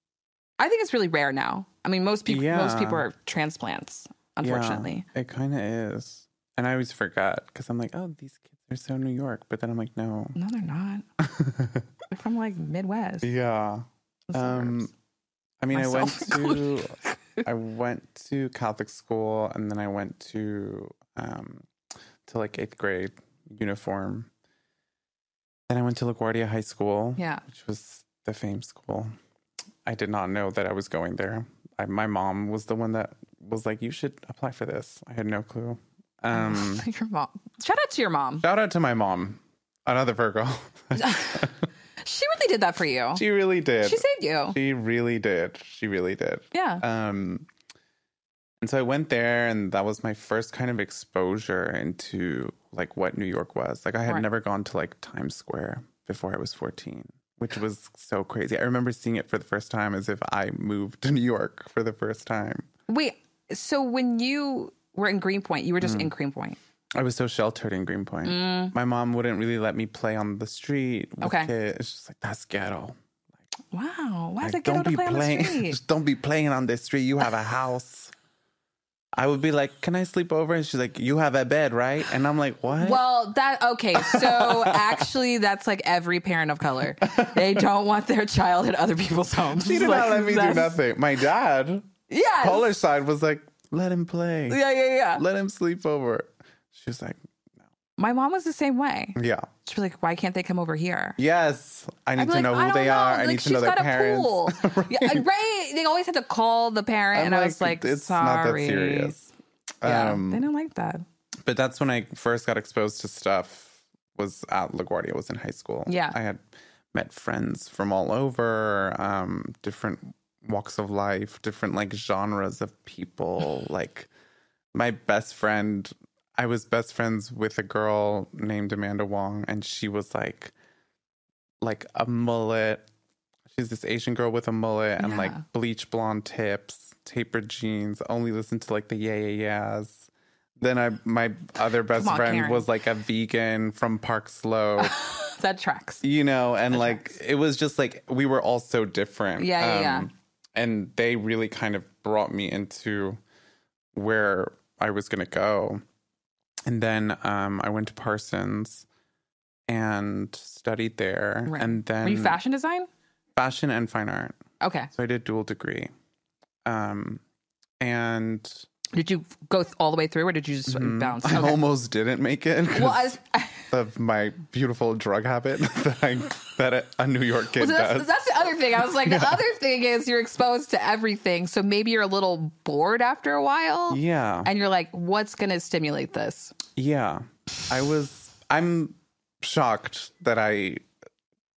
A: I think it's really rare now. I mean most people
B: Yeah.
A: most people are transplants.
B: Yeah,
A: unfortunately.
B: it kind of is. And I always forgot because I'm like, oh, these kids are so New York. But then I'm like, no.
A: No, they're not. They're from like Midwest.
B: yeah.
A: the
B: um,
A: suburbs.
B: I mean,
A: Myself
B: I went to
A: included.
B: I went to Catholic school and then I went to um to like eighth grade uniform. Then I went to LaGuardia High School,
A: yeah.
B: which was the fame school. I did not know that I was going there. I, my mom was the one that was like, "You should apply for this." I had no clue. Um,
A: your mom. Shout out to your mom.
B: shout out to my mom, another Virgo.
A: She really did that for you. She,
B: she really did.
A: saved you.
B: she really did. She really did.
A: yeah.
B: Um, and so I went there, and that was my first kind of exposure into like what New York was. Like I had
A: Right.
B: never gone to like Times Square before I was fourteen, which was so crazy. I remember seeing it for the first time as if I moved to New York for the first time.
A: Wait. So when you were in Greenpoint, you were
B: Mm-hmm.
A: just in Greenpoint.
B: I was so sheltered in Greenpoint. My mom wouldn't really let me play on the street. With
A: Mm. Okay.
B: kids. It's just like that's ghetto.
A: Wow. Why is
B: Like,
A: it ghetto to play
B: playing.
A: on the street?
B: just don't be playing on the street. You have a house. I would be like, "Can I sleep over?" And she's like, "You have a bed, right?" And I'm like, "What?"
A: Well, that okay. So actually, that's like every parent of color. They don't want their child at other people's homes.
B: she did
A: Like,
B: not let me do
A: that's-
B: nothing. My dad,
A: Yes.
B: Polar side, was like, "Let him play.
A: Yeah, yeah, yeah.
B: Let him sleep over." She was like,
A: My mom was the same way.
B: "Yeah,
A: She was like, "Why can't they come over here?"
B: yes. I need
A: I'd be
B: to
A: like,
B: know
A: I
B: who
A: don't
B: they
A: know.
B: are. I
A: Like,
B: need
A: she's
B: to know their
A: got a
B: parents."
A: pool. Yeah, and- right. They always had to call the parent,
B: I'm
A: and I was like,
B: like, it's
A: "Sorry."
B: not that serious.
A: Yeah,
B: Um,
A: they didn't like that.
B: but that's when I first got exposed to stuff was at LaGuardia was in high school.
A: Yeah.
B: I had met friends from all over, um, different walks of life, different like genres of people. like my best friend, I was best friends with a girl named Amanda Wong and she was like like a mullet. She's this Asian girl with a mullet and
A: Yeah.
B: like bleach blonde tips, tapered jeans, only listened to like the yeah yeah yeahs. Then I my other best
A: on,
B: friend
A: Karen.
B: was like a vegan from Park Slope,
A: That tracks.
B: you know, and like it was just like we were all so different. Um,
A: Yeah, yeah, yeah.
B: And they really kind of brought me into where I was going to go. And then um, I went to Parsons and studied there.
A: Right.
B: And then
A: Were you fashion design?
B: fashion and fine art.
A: Okay.
B: So I did dual degree. Um, and
A: Did you go th- all the way through, or did you just bounce?
B: I
A: Okay.
B: almost didn't make it. 'cause
A: Well, I was,
B: of my beautiful drug habit that I that a, a New York kid
A: so that's,
B: does.
A: that's the other thing. I was like, the other thing is you're exposed to everything, so maybe you're a little bored after a while,
B: Yeah,
A: and you're like, what's going to stimulate this?
B: yeah. I was. I'm shocked that I,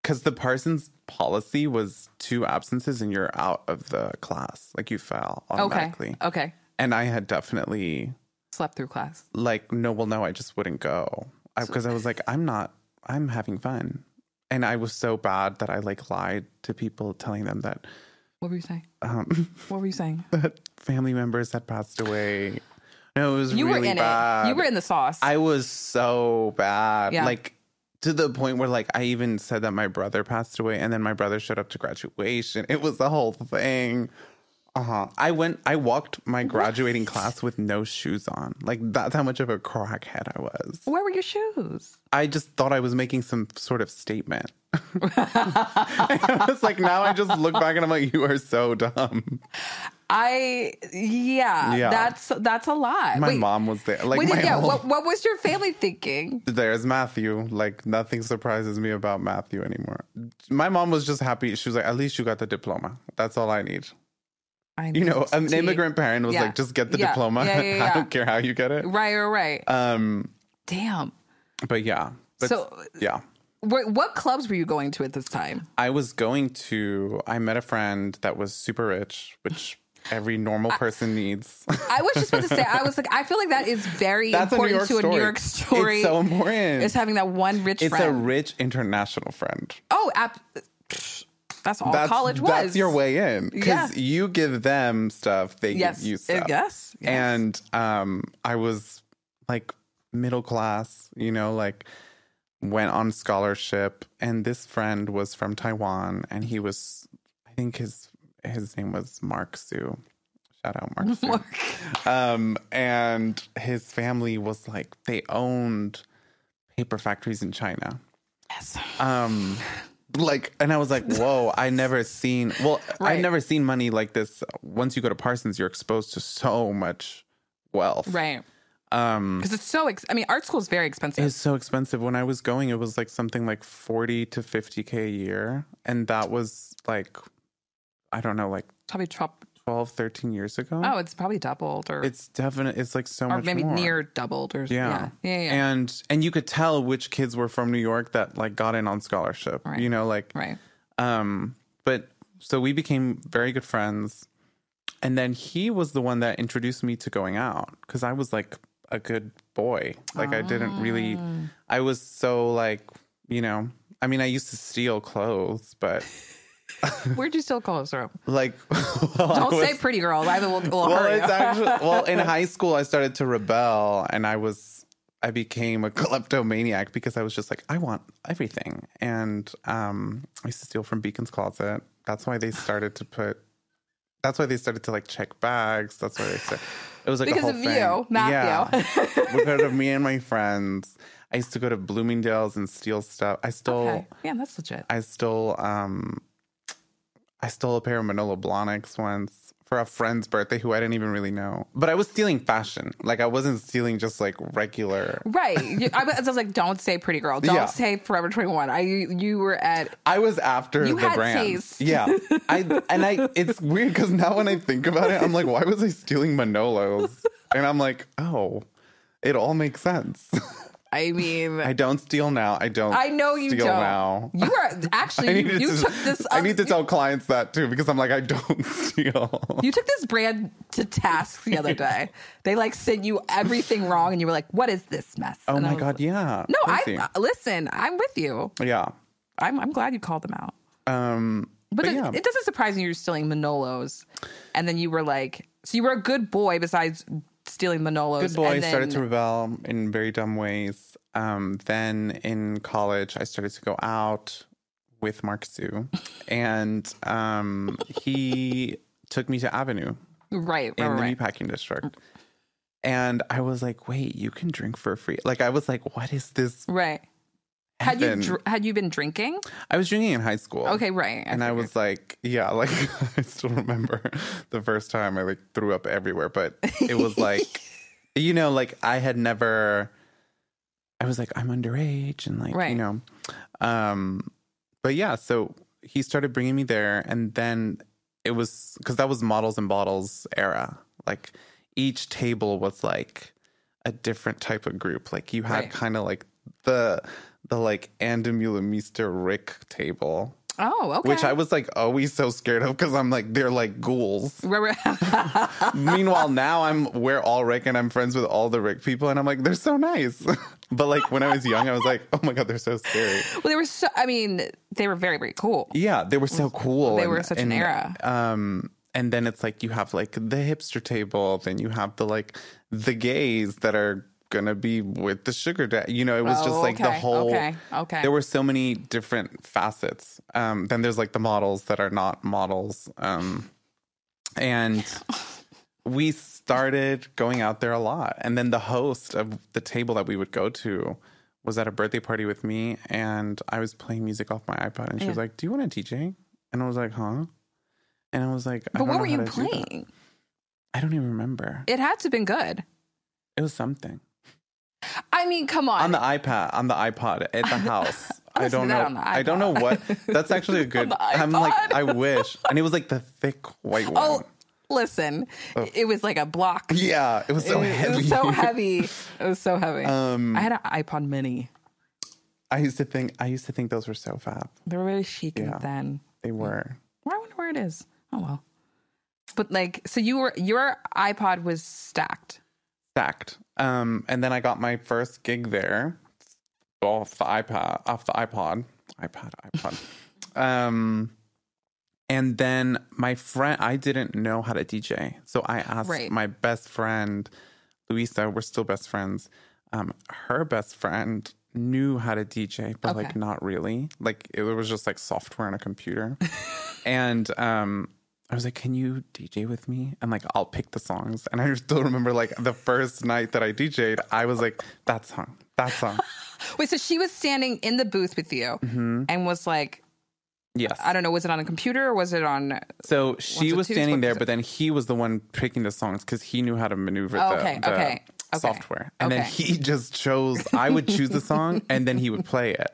B: because the Parsons policy was two absences and you're out of the class. Like you fell
A: Okay.
B: automatically,
A: Okay.
B: and I had definitely
A: Slept through class.
B: like no well no i just wouldn't go because I, was like i'm not i'm having fun and i was so bad that i like lied to people telling them that
A: What were you saying?
B: um
A: What were you saying?
B: that family members had passed away no it was
A: You
B: really
A: were in
B: bad
A: it. You were in the sauce.
B: i was so bad
A: Yeah.
B: like to the point where like i even said that my brother passed away and then my brother showed up to graduation it was the whole thing uh-huh i went i walked my graduating class with no shoes on like that's how much of a crackhead i was
A: Where were your shoes?
B: I just thought I was making some sort of statement. it's like now I just look back and I'm like, you are so dumb.
A: I yeah,
B: Yeah.
A: That's that's a lot.
B: My
A: Wait,
B: mom was there. Like
A: wait,
B: my
A: yeah.
B: whole-
A: What, what was your family thinking?
B: there's Matthew. Like nothing surprises me about Matthew anymore. My mom was just happy. She was like, at least you got the diploma. That's all I need.
A: I
B: You know,
A: need
B: an
A: to-
B: immigrant parent was
A: Yeah.
B: like, just get the
A: Yeah.
B: diploma.
A: Yeah, yeah,
B: I
A: yeah.
B: don't care how you get it.
A: Right, right, right.
B: Um,
A: Damn.
B: but yeah. But
A: so,
B: yeah.
A: wh- what clubs were you going to at this time?
B: I was going to. I met a friend that was super rich, which every normal person needs.
A: I was just about to say, I was like, I feel like that is very
B: That's a New
A: important
B: York
A: to a
B: story.
A: New York story.
B: It's so important.
A: is
B: It's,
A: having that one rich
B: a
A: friend.
B: rich international friend.
A: oh, ap- that's all
B: That's
A: college was.
B: That's your way in
A: Yeah.
B: because you give them stuff, they
A: Yes,
B: give you
A: Uh,
B: stuff.
A: yes, yes.
B: And um, I was like middle class, you know, like went on scholarship, and this friend was from Taiwan, and he was, I think his his name was Mark Su. shout out Mark. Stewart. um, and his family was like they owned paper factories in China.
A: Yes.
B: Um, like, and I was like, whoa, I never seen. Well,
A: Right.
B: I've never seen money like this. Once you go to Parsons, you're exposed to so much wealth.
A: Right.
B: Um,
A: Because it's so, ex- I mean, art school is very expensive.
B: It's so expensive. When I was going, it was like something like 40 to 50K a year. And that was like, I don't know, like
A: probably, trop-
B: 12, 13 years ago.
A: oh, it's probably doubled or,
B: It's definite. It's like so
A: or
B: much
A: maybe
B: more.
A: near doubled or
B: Yeah.
A: Yeah. Yeah. yeah, yeah.
B: And and you could tell which kids were from New York that like got in on scholarship.
A: Right.
B: You know, like
A: right.
B: um but so we became very good friends. And then he was the one that introduced me to going out cuz I was like a good boy. Like I didn't really
A: Ah.
B: I was so like, you know, I mean I used to steal clothes, but
A: Where'd you still call us from?
B: like well, I
A: Don't
B: was-
A: say pretty girl. Either we'll, we'll
B: well,
A: hurt
B: it's
A: you.
B: actually well in high school I started to rebel and I was I became a kleptomaniac because I was just like I want everything and um I used to steal from Beacon's closet. That's why they started to put. That's why they started to like check bags. That's why they started. It was like
A: Because
B: a
A: of
B: whole
A: you,
B: thing.
A: not
B: yeah. because of me and my friends. I used to go to Bloomingdale's and steal stuff. I stole.
A: Okay. Yeah, that's legit.
B: I stole um I stole a pair of Manolo Blahniks once for a friend's birthday who I didn't even really know. But I was stealing fashion. Like I wasn't stealing just like regular.
A: Right. You- I was I was like, don't say pretty girl. Don't
B: Yeah.
A: say Forever 21. I You were at,
B: I was after
A: You
B: the
A: had
B: brand.
A: taste.
B: Yeah. I and I it's weird cuz now when I think about it I'm like why was I stealing Manolos? And I'm like, "Oh, it all makes sense.
A: I mean,
B: I
A: I,
B: don't steal now. I don't
A: know you
B: steal
A: don't.
B: now.
A: You are
B: I
A: actually,
B: need
A: you, you
B: to,
A: took this.
B: I
A: up-
B: need to tell clients that too because I'm like I don't steal.
A: You took this brand to task the other day. They like sent you everything wrong, and you were like, "What is this mess?"
B: Oh
A: And I
B: my
A: was
B: god,
A: like,
B: yeah.
A: No,
B: Crazy.
A: I uh, listen. I'm with you.
B: yeah.
A: I'm I'm glad you called them out.
B: Um
A: But,
B: but,
A: it,
B: yeah.
A: it doesn't surprise me you were stealing Manolos, and then you were like, so you were a good boy besides stealing Manolos.
B: Good boy
A: and then-
B: started to rebel in very dumb ways. Um then in college I started to go out with Mark Sue and um he took me to Avenue
A: right, right,
B: in
A: right,
B: the
A: right.
B: meatpacking
A: Mm.
B: district. And I was like, wait, you can drink for free. Like I was like, what is this?
A: Right. Had you
B: heaven?
A: dr- had you been drinking?
B: I was drinking in high school.
A: Okay, right.
B: Oh. and I
A: figured.
B: was like, yeah, like I still remember the first time I like threw up everywhere, but it was like, you know, like I had never, I was like, I'm underage and like,
A: Right.
B: you know, um, but yeah, so he started bringing me there and then it was because that was models and bottles era. Like each table was like a different type of group. Like you had
A: Right.
B: kind of like the, the like Andamula Meester Rick table
A: oh, okay.
B: which I was like always so scared of because I'm like they're like ghouls.
A: Right, right.
B: Meanwhile, now I'm we're all Rick and I'm friends with all the Rick people, and I'm like they're so nice. but like when I was young, I was like, oh my god, they're so scary.
A: Well, they were so. I mean, they were very, very cool.
B: Yeah, they were so cool.
A: They were such an era.
B: Um, and then it's like you have like the hipster table, then you have the like the gays that are gonna be with the sugar dad. You know, it was just
A: Oh,
B: like the
A: okay,
B: whole.
A: okay, okay.
B: There were so many different facets. Um, then there's like the models that are not models. Um, and we started going out there a lot. And then the host of the table that we would go to was at a birthday party with me, and I was playing music off my iPod, and she was
A: Yeah.
B: like, "Do you want to DJ?" And I was like, "Huh?" And I was like, I
A: But
B: don't
A: what
B: know
A: were
B: how
A: you
B: to do that.
A: playing?
B: I don't even remember.
A: It had to have been good.
B: It was something
A: I mean, come on.
B: on the iPad, on the iPod at the house. I
A: listen
B: don't
A: to that
B: know.
A: on the
B: I don't know
A: iPod.
B: what. That's actually a good.
A: the
B: I'm like,
A: iPod.
B: I wish. And it was like the thick white one.
A: oh, listen. It was like a block.
B: Oh. yeah, it was so
A: it,
B: heavy.
A: it was so heavy. It was so heavy.
B: Um,
A: I had an iPod Mini.
B: I used to think. I used to think those were so fab.
A: They were really chic
B: Yeah.
A: and thin.
B: They were.
A: Well, I wonder where it is. Oh well. But like, so you were your iPod was stacked.
B: stacked. Um, and then I got my first gig there off the iPod, off the iPod, iPod, iPod. um, and then my friend, I didn't know how to DJ, so I asked
A: Right.
B: my best friend, Luisa. We're still best friends. Um, her best friend knew how to DJ, but like
A: Okay.
B: not really. Like it was just like software on a computer. and um, I was like, "Can you DJ with me?" And like, I'll pick the songs. And I still remember like the first night that I DJ'd, I was like, "That song, that song."
A: Wait, so she was standing in the booth with you
B: Mm-hmm.
A: and was like,
B: Yes.
A: I don't know, was it on a computer or was it on?
B: So
A: Once
B: she
A: or
B: was
A: two's
B: standing
A: what
B: there,
A: is it?
B: but then he was the one picking the songs because he knew how to maneuver
A: Oh,
B: the,
A: okay,
B: the
A: okay, okay,
B: software. And then
A: okay.
B: he just chose, I would choose the song and then he would play it.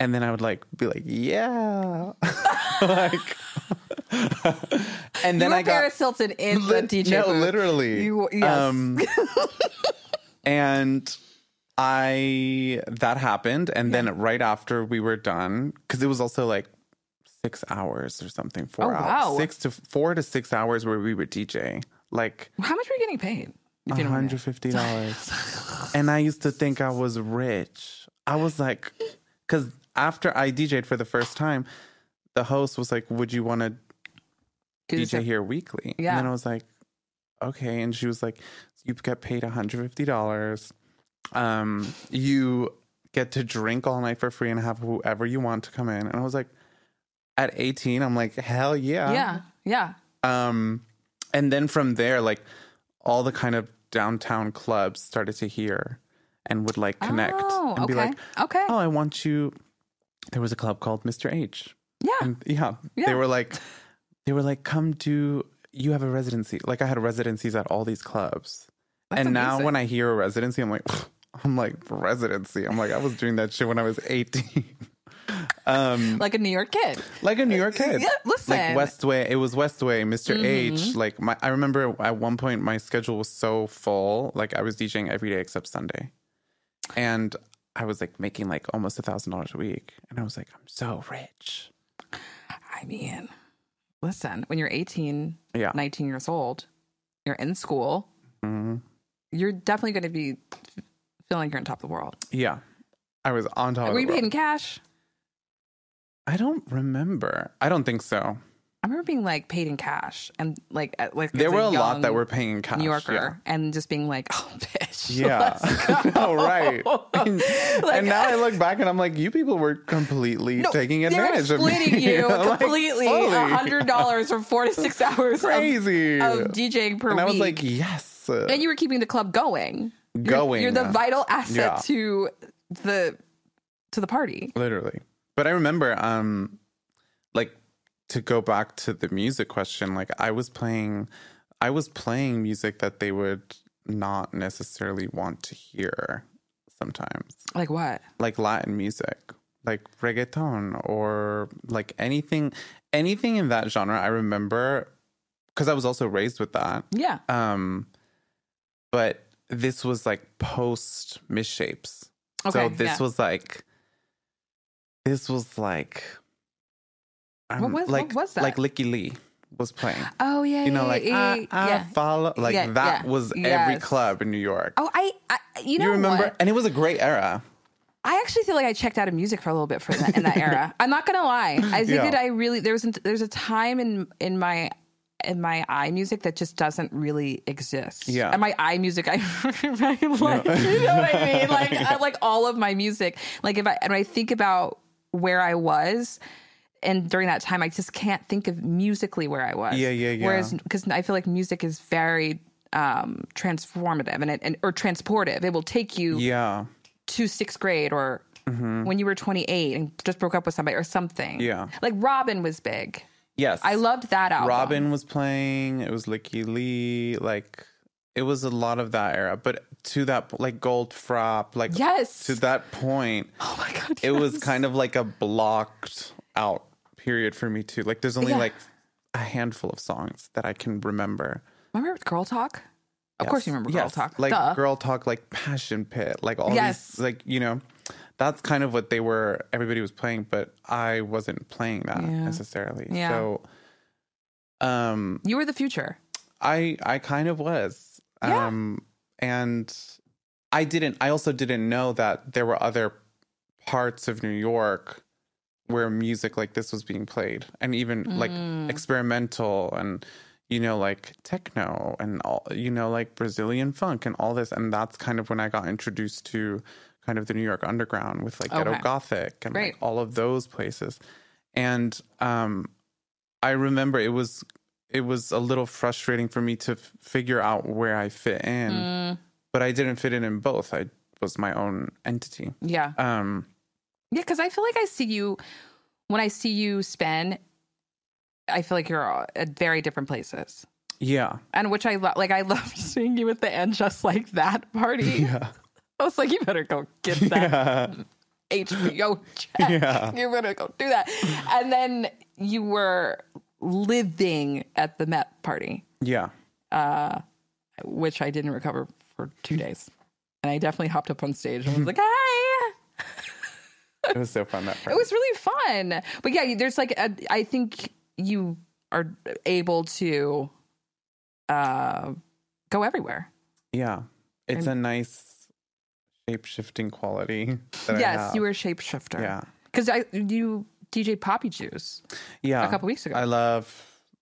B: And then I would like be like, yeah. like, and then
A: you were
B: I got.
A: Paris Hilton in
B: Lit-
A: the DJ
B: no,
A: booth.
B: literally. Um,
A: You- yes.
B: and I that happened, and then right after we were done, because it was also like six hours or something, four
A: Oh,
B: hours,
A: wow.
B: six to four to six hours where we were DJ, like
A: How much were you getting paid? If you don't
B: one
A: mind me
B: hundred fifty dollars. and I used to think I was rich. I was like, because after I DJ'd for the first time, the host was like, "Would you want to
A: asking.
B: DJ here weekly.
A: Yeah.
B: And then I was like, okay. And she was like, you get paid $150. Um, you get to drink all night for free and have whoever you want to come in. And I was like, at 18, I'm like, hell yeah.
A: Yeah, yeah.
B: Um, and then from there, like all the kind of downtown clubs started to hear and would like connect
A: Oh,
B: and
A: okay.
B: be like,
A: okay.
B: oh, I want you. There was a club called Mr. H
A: yeah.
B: and yeah,
A: Yeah.
B: they were like, they were like, come do. You have a residency. Like I had residencies at all these clubs, and now when I hear a residency, I'm like, I'm like residency. I'm like I was doing that shit when I was 18, um,
A: like a New York kid.
B: like a New York kid.
A: Yeah, listen. Mm-hmm.
B: Like Westway, it was Westway, mister H. Like my, I remember at one point my schedule was so full, like I was DJing every day except Sunday, and I was like making like almost a thousand dollars a week, and I was like, I'm so rich.
A: I mean, listen, when you're 18,
B: Yeah.
A: 19 years old, you're in school,
B: Mhm.
A: you're definitely going to be feeling like you're on top of the world.
B: Yeah. I was on top
A: were
B: of
A: you
B: the
A: paid in
B: world.
A: cash?
B: I don't remember. I don't think so.
A: I remember being like paid in cash and like, at, like
B: There
A: as
B: were a lot
A: young
B: that were paying in cash.
A: New Yorker and just being like, oh, bitch.
B: Yeah. yeah. oh, right. And,
A: Like-
B: and now I look back and I'm like, you people were completely
A: No,
B: taking
A: they're
B: advantage of me.
A: exploiting you
B: I'm like,
A: completely.
B: fully.
A: A hundred dollars for four to six hours of-
B: Crazy.
A: of, DJing per
B: and
A: week.
B: I was like, yes. uh,
A: and you were keeping the club going. You're-
B: going. uh,
A: You're, the vital asset
B: Yeah.
A: to the to the party.
B: literally but i remember um like to go back to the music question like i was playing i was playing music that they would not necessarily want to hear sometimes
A: Like what?
B: like latin music like reggaeton or like anything anything in that genre i remember because i was also raised with that
A: Yeah.
B: um but this was like post misshapes
A: Okay.
B: so this
A: yeah.
B: was like, this was like, um,
A: What was- what
B: like
A: was that?
B: like Licky Lee was playing.
A: Oh yeah.
B: You know, like
A: yeah,
B: I,
A: yeah,
B: I
A: yeah.
B: follow, like
A: Yeah,
B: that
A: yeah.
B: was every
A: Yes.
B: club in New York.
A: Oh, I, I you know
B: remember?
A: what?
B: And it was a great era.
A: I actually feel like I checked out of music for a little bit for that in that era. I'm not gonna lie. I think
B: Yeah.
A: that I really there was there's a time in in my in my eye music that just doesn't really exist.
B: Yeah.
A: And my eye music, I, I like, you know what I mean? Like, I like all of my music. Like if I and I think about where I was. And during that time, I just can't think of musically where I was.
B: Yeah, yeah, yeah.
A: Whereas, because I feel like music is very um, transformative and it and or transportive. It will take you
B: Yeah,
A: to sixth grade or when you were 28 and just broke up with somebody or something.
B: Mm-hmm. Yeah.
A: Like Robin was big.
B: yes.
A: I loved that album.
B: Robin was playing. It was Licky Lee. Like it was a lot of that era. But to that, like Gold Frop, like
A: Yes.
B: to that point,
A: Oh my God.
B: it was kind of like a blocked out period for me too. Like there's only
A: Yeah.
B: like a handful of songs that I can remember.
A: Remember Girl Talk? Of course you remember Girl
B: Yes,
A: Talk.
B: Like
A: Duh.
B: girl talk, like passion pit, like all
A: Yes.
B: these like, you know, that's kind of what they were everybody was playing, but I wasn't playing that
A: Yeah.
B: necessarily.
A: Yeah.
B: So um
A: you were the future.
B: I I kind of was.
A: Yeah.
B: Um and I didn't I also didn't know that there were other parts of New York where music like this was being played and even
A: Mm.
B: like experimental and you know like techno and all you know like Brazilian funk and all this and that's kind of when I got introduced to kind of the New York underground with like
A: Okay.
B: ghetto gothic and
A: Right.
B: like all of those places. And um I remember it was it was a little frustrating for me to f- figure out where I fit in,
A: Mm,
B: but I didn't fit in in both. I was my own entity.
A: yeah.
B: Um,
A: Yeah, because I feel like I see you when I see you spin. I feel like you're at very different places,
B: yeah,
A: and which I love. Like I love seeing you at the end, just like that party.
B: yeah,
A: I was like, you better go get that
B: yeah,
A: HBO check.
B: yeah,
A: You better go do that. And then you were living at the Met party,
B: yeah.
A: uh, which I didn't recover for two days, and I definitely hopped up on stage and was like, "Hi."
B: It was so fun that part.
A: it was really fun but yeah there's like a, i think you are able to uh go everywhere
B: yeah, it's a nice shape shifting quality. That I
A: yes
B: have.
A: you were a shapeshifter
B: Yeah,
A: because i you dj poppy juice
B: yeah.
A: a couple weeks ago
B: I love,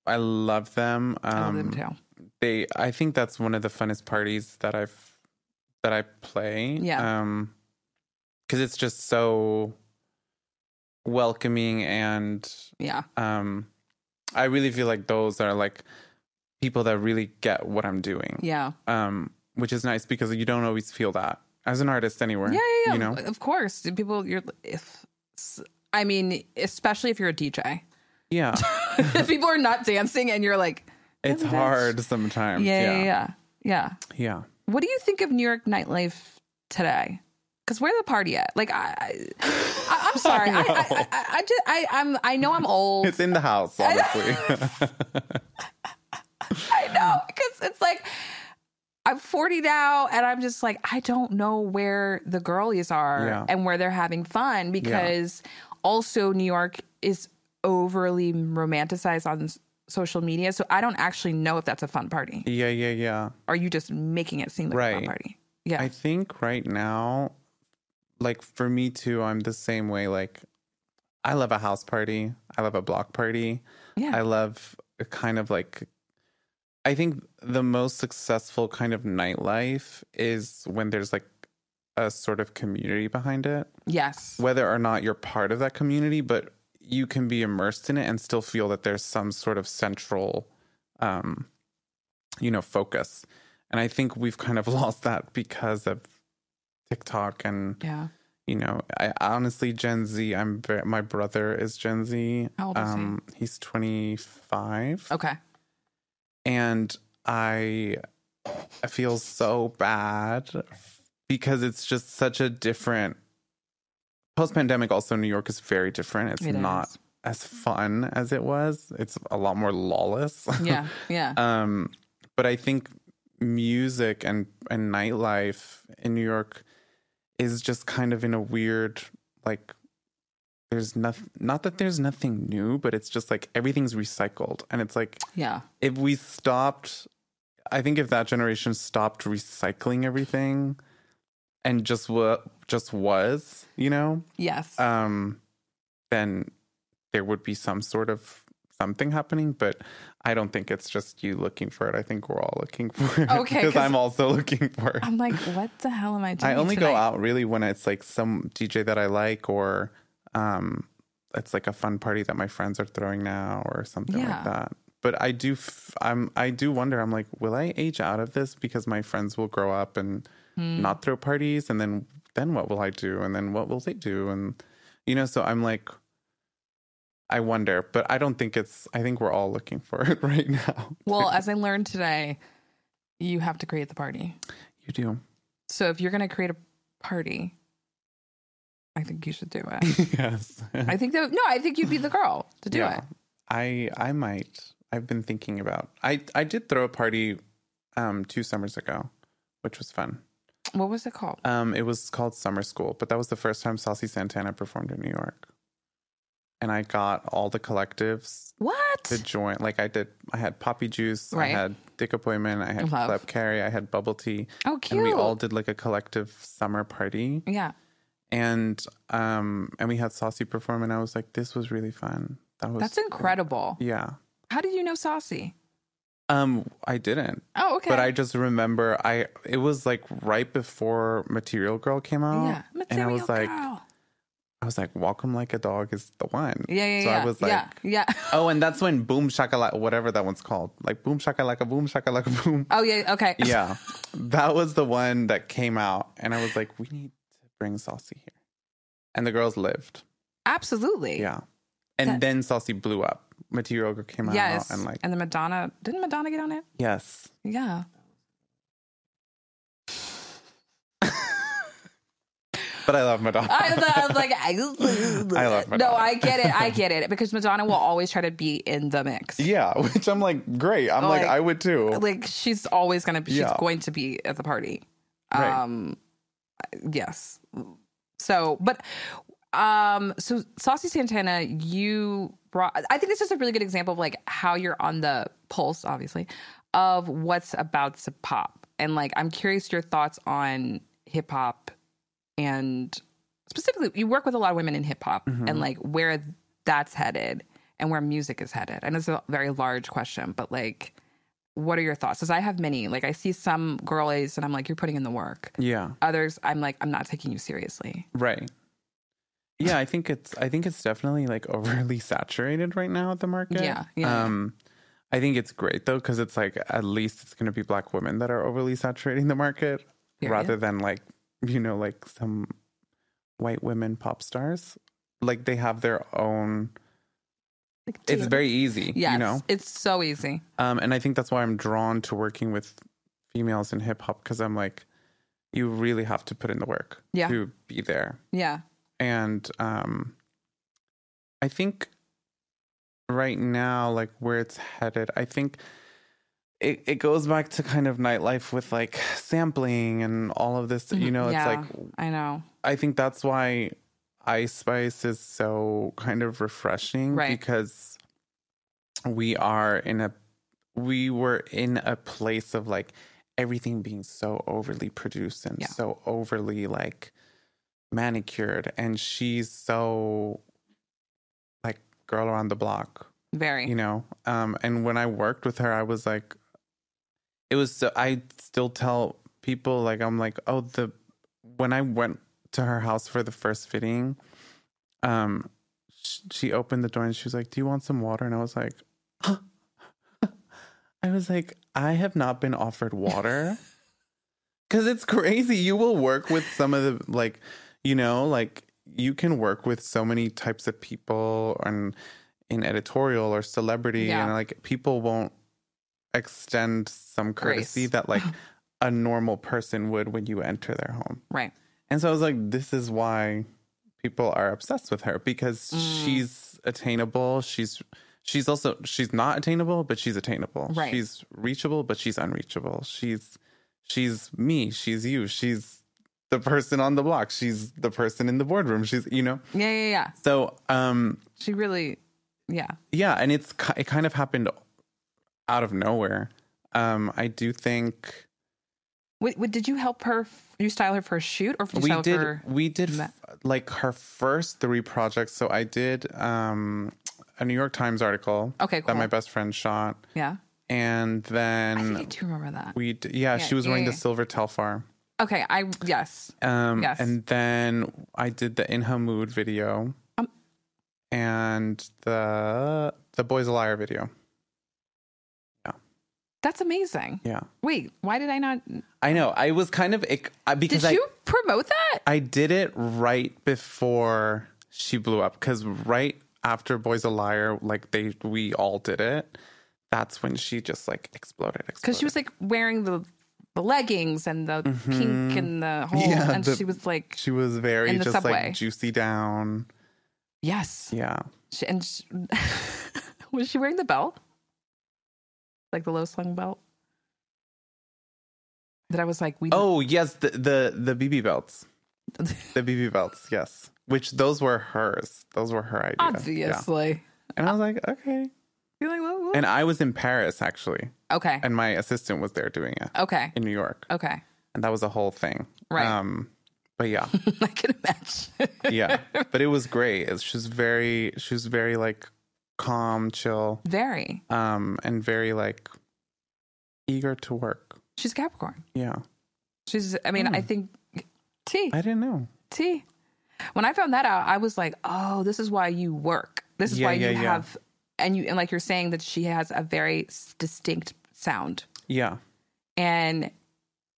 B: I love them. Um,
A: i love them too
B: they I think that's one of the funnest parties that I've that I play.
A: Yeah.
B: Um cuz it's just so welcoming and
A: yeah
B: um I really feel like those are like people that really get what I'm doing.
A: yeah
B: Um which is nice because you don't always feel that as an artist anywhere.
A: yeah yeah, yeah.
B: You know.
A: of course The people you're if i mean especially if you're a dj
B: Yeah.
A: if people are not dancing and you're like
B: it's
A: Yes, bitch.
B: hard sometimes.
A: yeah yeah
B: Um, yeah.
A: yeah, yeah.
B: Yeah.
A: What do you think of New York nightlife today? Because where's the party at? Like, I, I I'm sorry, I, I,
B: know.
A: I, I, I just, I, I'm, I know I'm old.
B: It's in the house, honestly.
A: I know because it's like I'm 40 now, and I'm just like I don't know where the girlies are
B: Yeah.
A: and where they're having fun because also New York is overly romanticized on s- social media, so I don't actually know if that's a fun party.
B: yeah, yeah, yeah.
A: Are you just making it seem like a fun
B: Right.
A: party? Yeah,
B: I think right now, like for me too, I'm the same way. Like, I love a house party. I love a block party.
A: yeah,
B: I love a kind of like, I think the most successful kind of nightlife is when there's like a sort of community behind it,
A: yes,
B: whether or not you're part of that community, but you can be immersed in it and still feel that there's some sort of central, um, you know, focus. And I think we've kind of lost that because of TikTok and
A: yeah.
B: you know, I honestly Gen Z. I'm ver- my brother is Gen Z. Um,
A: How old is he?
B: He's 25,
A: Okay.
B: and I I feel so bad because it's just such a different. Post pandemic, also New York is very different. It's
A: It
B: not
A: is.
B: as fun as it was. It's a lot more lawless.
A: Yeah, yeah,
B: um but i think music and and nightlife in new york is just kind of in a weird like there's nothing not that there's nothing new but it's just like everything's recycled and it's like
A: yeah,
B: if we stopped i think if that generation stopped recycling everything and just wa just was you know
A: yes,
B: um, then there would be some sort of something happening. But I don't think it's just you looking for it. I think we're all looking for it.
A: Okay,
B: because
A: 'cause-
B: I'm also looking for it.
A: I'm like, what the hell am I doing?
B: I only go
A: tonight?
B: out really when it's like some DJ that I like or um, it's like a fun party that my friends are throwing now or something
A: Yeah.
B: like that. But I do, f- I'm, I do wonder. I'm like, will I age out of this because my friends will grow up and not throw parties, and then then what will I do, and then what will they do, and you know. So I'm like, I wonder, but I don't think it's. I think we're all looking for it right now.
A: Well, as I learned today, you have to create the party.
B: You do,
A: So if you're going to create a party, I think you should do it.
B: yes.
A: I think that no, I think you'd be the girl to do it.
B: I I might. I've been thinking about. I I did throw a party um 2 summers ago, which was fun.
A: What was it called?
B: Um it was called Summer School, but that was the first time Saucy Santana performed in New York. And I got all the collectives to
A: What?
B: join. Like I did I had Poppy Juice,
A: Right.
B: I had Dick Appointment, I had
A: Love.
B: Club Carry, I had Bubble Tea,
A: Oh, cute.
B: and we all did like a collective summer party
A: yeah.
B: and um and we had Saucy perform and I was like this was really fun. That was
A: That's incredible.
B: yeah.
A: How did you know Saucy?
B: Um, I didn't,
A: Oh, okay.
B: but I just remember I it was like right before Material Girl came out,
A: yeah,
B: and I
A: Material
B: was like,
A: Girl.
B: I was like, Welcome Like a Dog is the one.
A: Yeah, yeah,
B: so
A: yeah.
B: I was like,
A: yeah, yeah.
B: Oh, and that's when Boom Shakalaka, whatever that one's called, like Boom Shakalaka, Boom Shakalaka, Boom.
A: Oh yeah, okay.
B: Yeah, that was the one that came out, and I was like, we need to bring Saucy here. And the girls lived.
A: Absolutely.
B: Yeah, and
A: That-
B: then Saucy blew up. Material Girl came out,
A: Yes.
B: and like,
A: and the Madonna didn't Madonna get on it?
B: yes,
A: Yeah.
B: but I love Madonna.
A: I, thought- I was like, I,
B: love Madonna.
A: no, I get it, I get it, because Madonna will always try to be in the mix.
B: yeah, which I'm like, great. I'm like,
A: Like-
B: I would too.
A: Like she's always gonna be, she's
B: Yeah.
A: going to be at the party.
B: Right.
A: Um, yes. So, but um, so Saucy Santana, you brought. I think this is a really good example of like how you're on the pulse, obviously, of what's about to pop, and like I'm curious your thoughts on hip hop and specifically you work with a lot of women in hip hop
B: Mm-hmm.
A: and like where that's headed and where music is headed. And it's a very large question, but like what are your thoughts? Because I have many. Like I see some girlies and I'm like, you're putting in the work.
B: yeah,
A: Others, I'm like, I'm not taking you seriously.
B: right. Yeah, I think it's I think it's definitely like overly saturated right now at the market.
A: Yeah, yeah.
B: Um, I think it's great though because it's like at least it's going to be black women that are overly saturating the market
A: Period.
B: rather than like you know like some white women pop stars. Like they have their own.
A: Like,
B: It's very easy,
A: yes,
B: you know.
A: it's so easy.
B: Um, and I think that's why I'm drawn to working with females in hip hop because I'm like, you really have to put in the work
A: Yeah.
B: to be there.
A: Yeah,
B: and um i think right now like where it's headed i think it, it goes back to kind of nightlife with like sampling and all of this you know it's
A: Yeah.
B: like
A: I know.
B: i think that's why ice spice is so kind of refreshing
A: Right.
B: because we are in a we were in a place of like everything being so overly produced and
A: Yeah.
B: so overly like manicured and she's so like girl around the block
A: Very.
B: you know um and when i worked with her i was like it was so i still tell people like i'm like oh the when i went to her house for the first fitting um sh- she opened the door and she was like do you want some water and i was like i was like i have not been offered water because it's crazy you will work with some of the like you know like you can work with so many types of people and in editorial or celebrity
A: Yeah.
B: and like people won't extend some courtesy
A: Grace.
B: that like a normal person would when you enter their home
A: Right.
B: and so i was like this is why people are obsessed with her because she's attainable she's she's also she's not attainable but she's attainable
A: Right.
B: she's reachable but she's unreachable she's she's me she's you she's the person on the block she's the person in the boardroom she's you know
A: Yeah, yeah, yeah.
B: so um
A: She really. Yeah.
B: yeah and it's ki- it kind of happened out of nowhere um i do think
A: Wait, wait, did you help her? f- You style her for a shoot, or did you
B: we
A: style
B: did
A: her?
B: we did
A: Ma-
B: f- like her first three projects so i did um a new york times article
A: Oh, Okay, cool.
B: that my best friend shot
A: yeah.
B: and
A: I think I
B: then
A: do remember that.
B: we d- yeah,
A: Yeah,
B: she was
A: yeah,
B: wearing the
A: yeah.
B: silver telfar
A: Okay. I yes.
B: um
A: Yes.
B: and then i did the in her mood video
A: Um.
B: and the the boys a liar video
A: That's amazing.
B: yeah
A: Wait, why did I not?
B: i know i was kind of ic- I- because
A: Did
B: i
A: you promote that?
B: I did it right before she blew up because right after Boy's a Liar, like they we all did it. That's when she just like exploded.
A: because she was like wearing the the leggings and the pink and the whole,
B: Mm-hmm. Yeah,
A: and
B: the-
A: she was like,
B: she was very
A: in the
B: just
A: subway.
B: like juicy down.
A: yes,
B: Yeah,
A: she, and she, was she wearing the belt, like the low slung belt? That I was like, we
B: Oh yes, the the the BB belts, the BB belts. Yes, which those were hers. Those were her idea. Yeah.
A: obviously.
B: And I was like, okay.
A: You're like, "Whoa, whoa."
B: And I was in Paris actually,
A: okay,
B: and my assistant was there doing it
A: okay,
B: in New York,
A: okay.
B: and that was a whole thing.
A: Right.
B: Um, but yeah.
A: I can imagine.
B: yeah but it was great It's- she was very she was very like calm chill
A: Very.
B: um and very like eager to work
A: She's Capricorn.
B: yeah Hmm.
A: She's. I mean, I think. T
B: i didn't know
A: T. when I found that out, I was like, oh, this is why you work. This is
B: Yeah,
A: why
B: yeah,
A: you
B: yeah.
A: have, and you, and like you're saying that she has a very s- distinct sound
B: Yeah.
A: and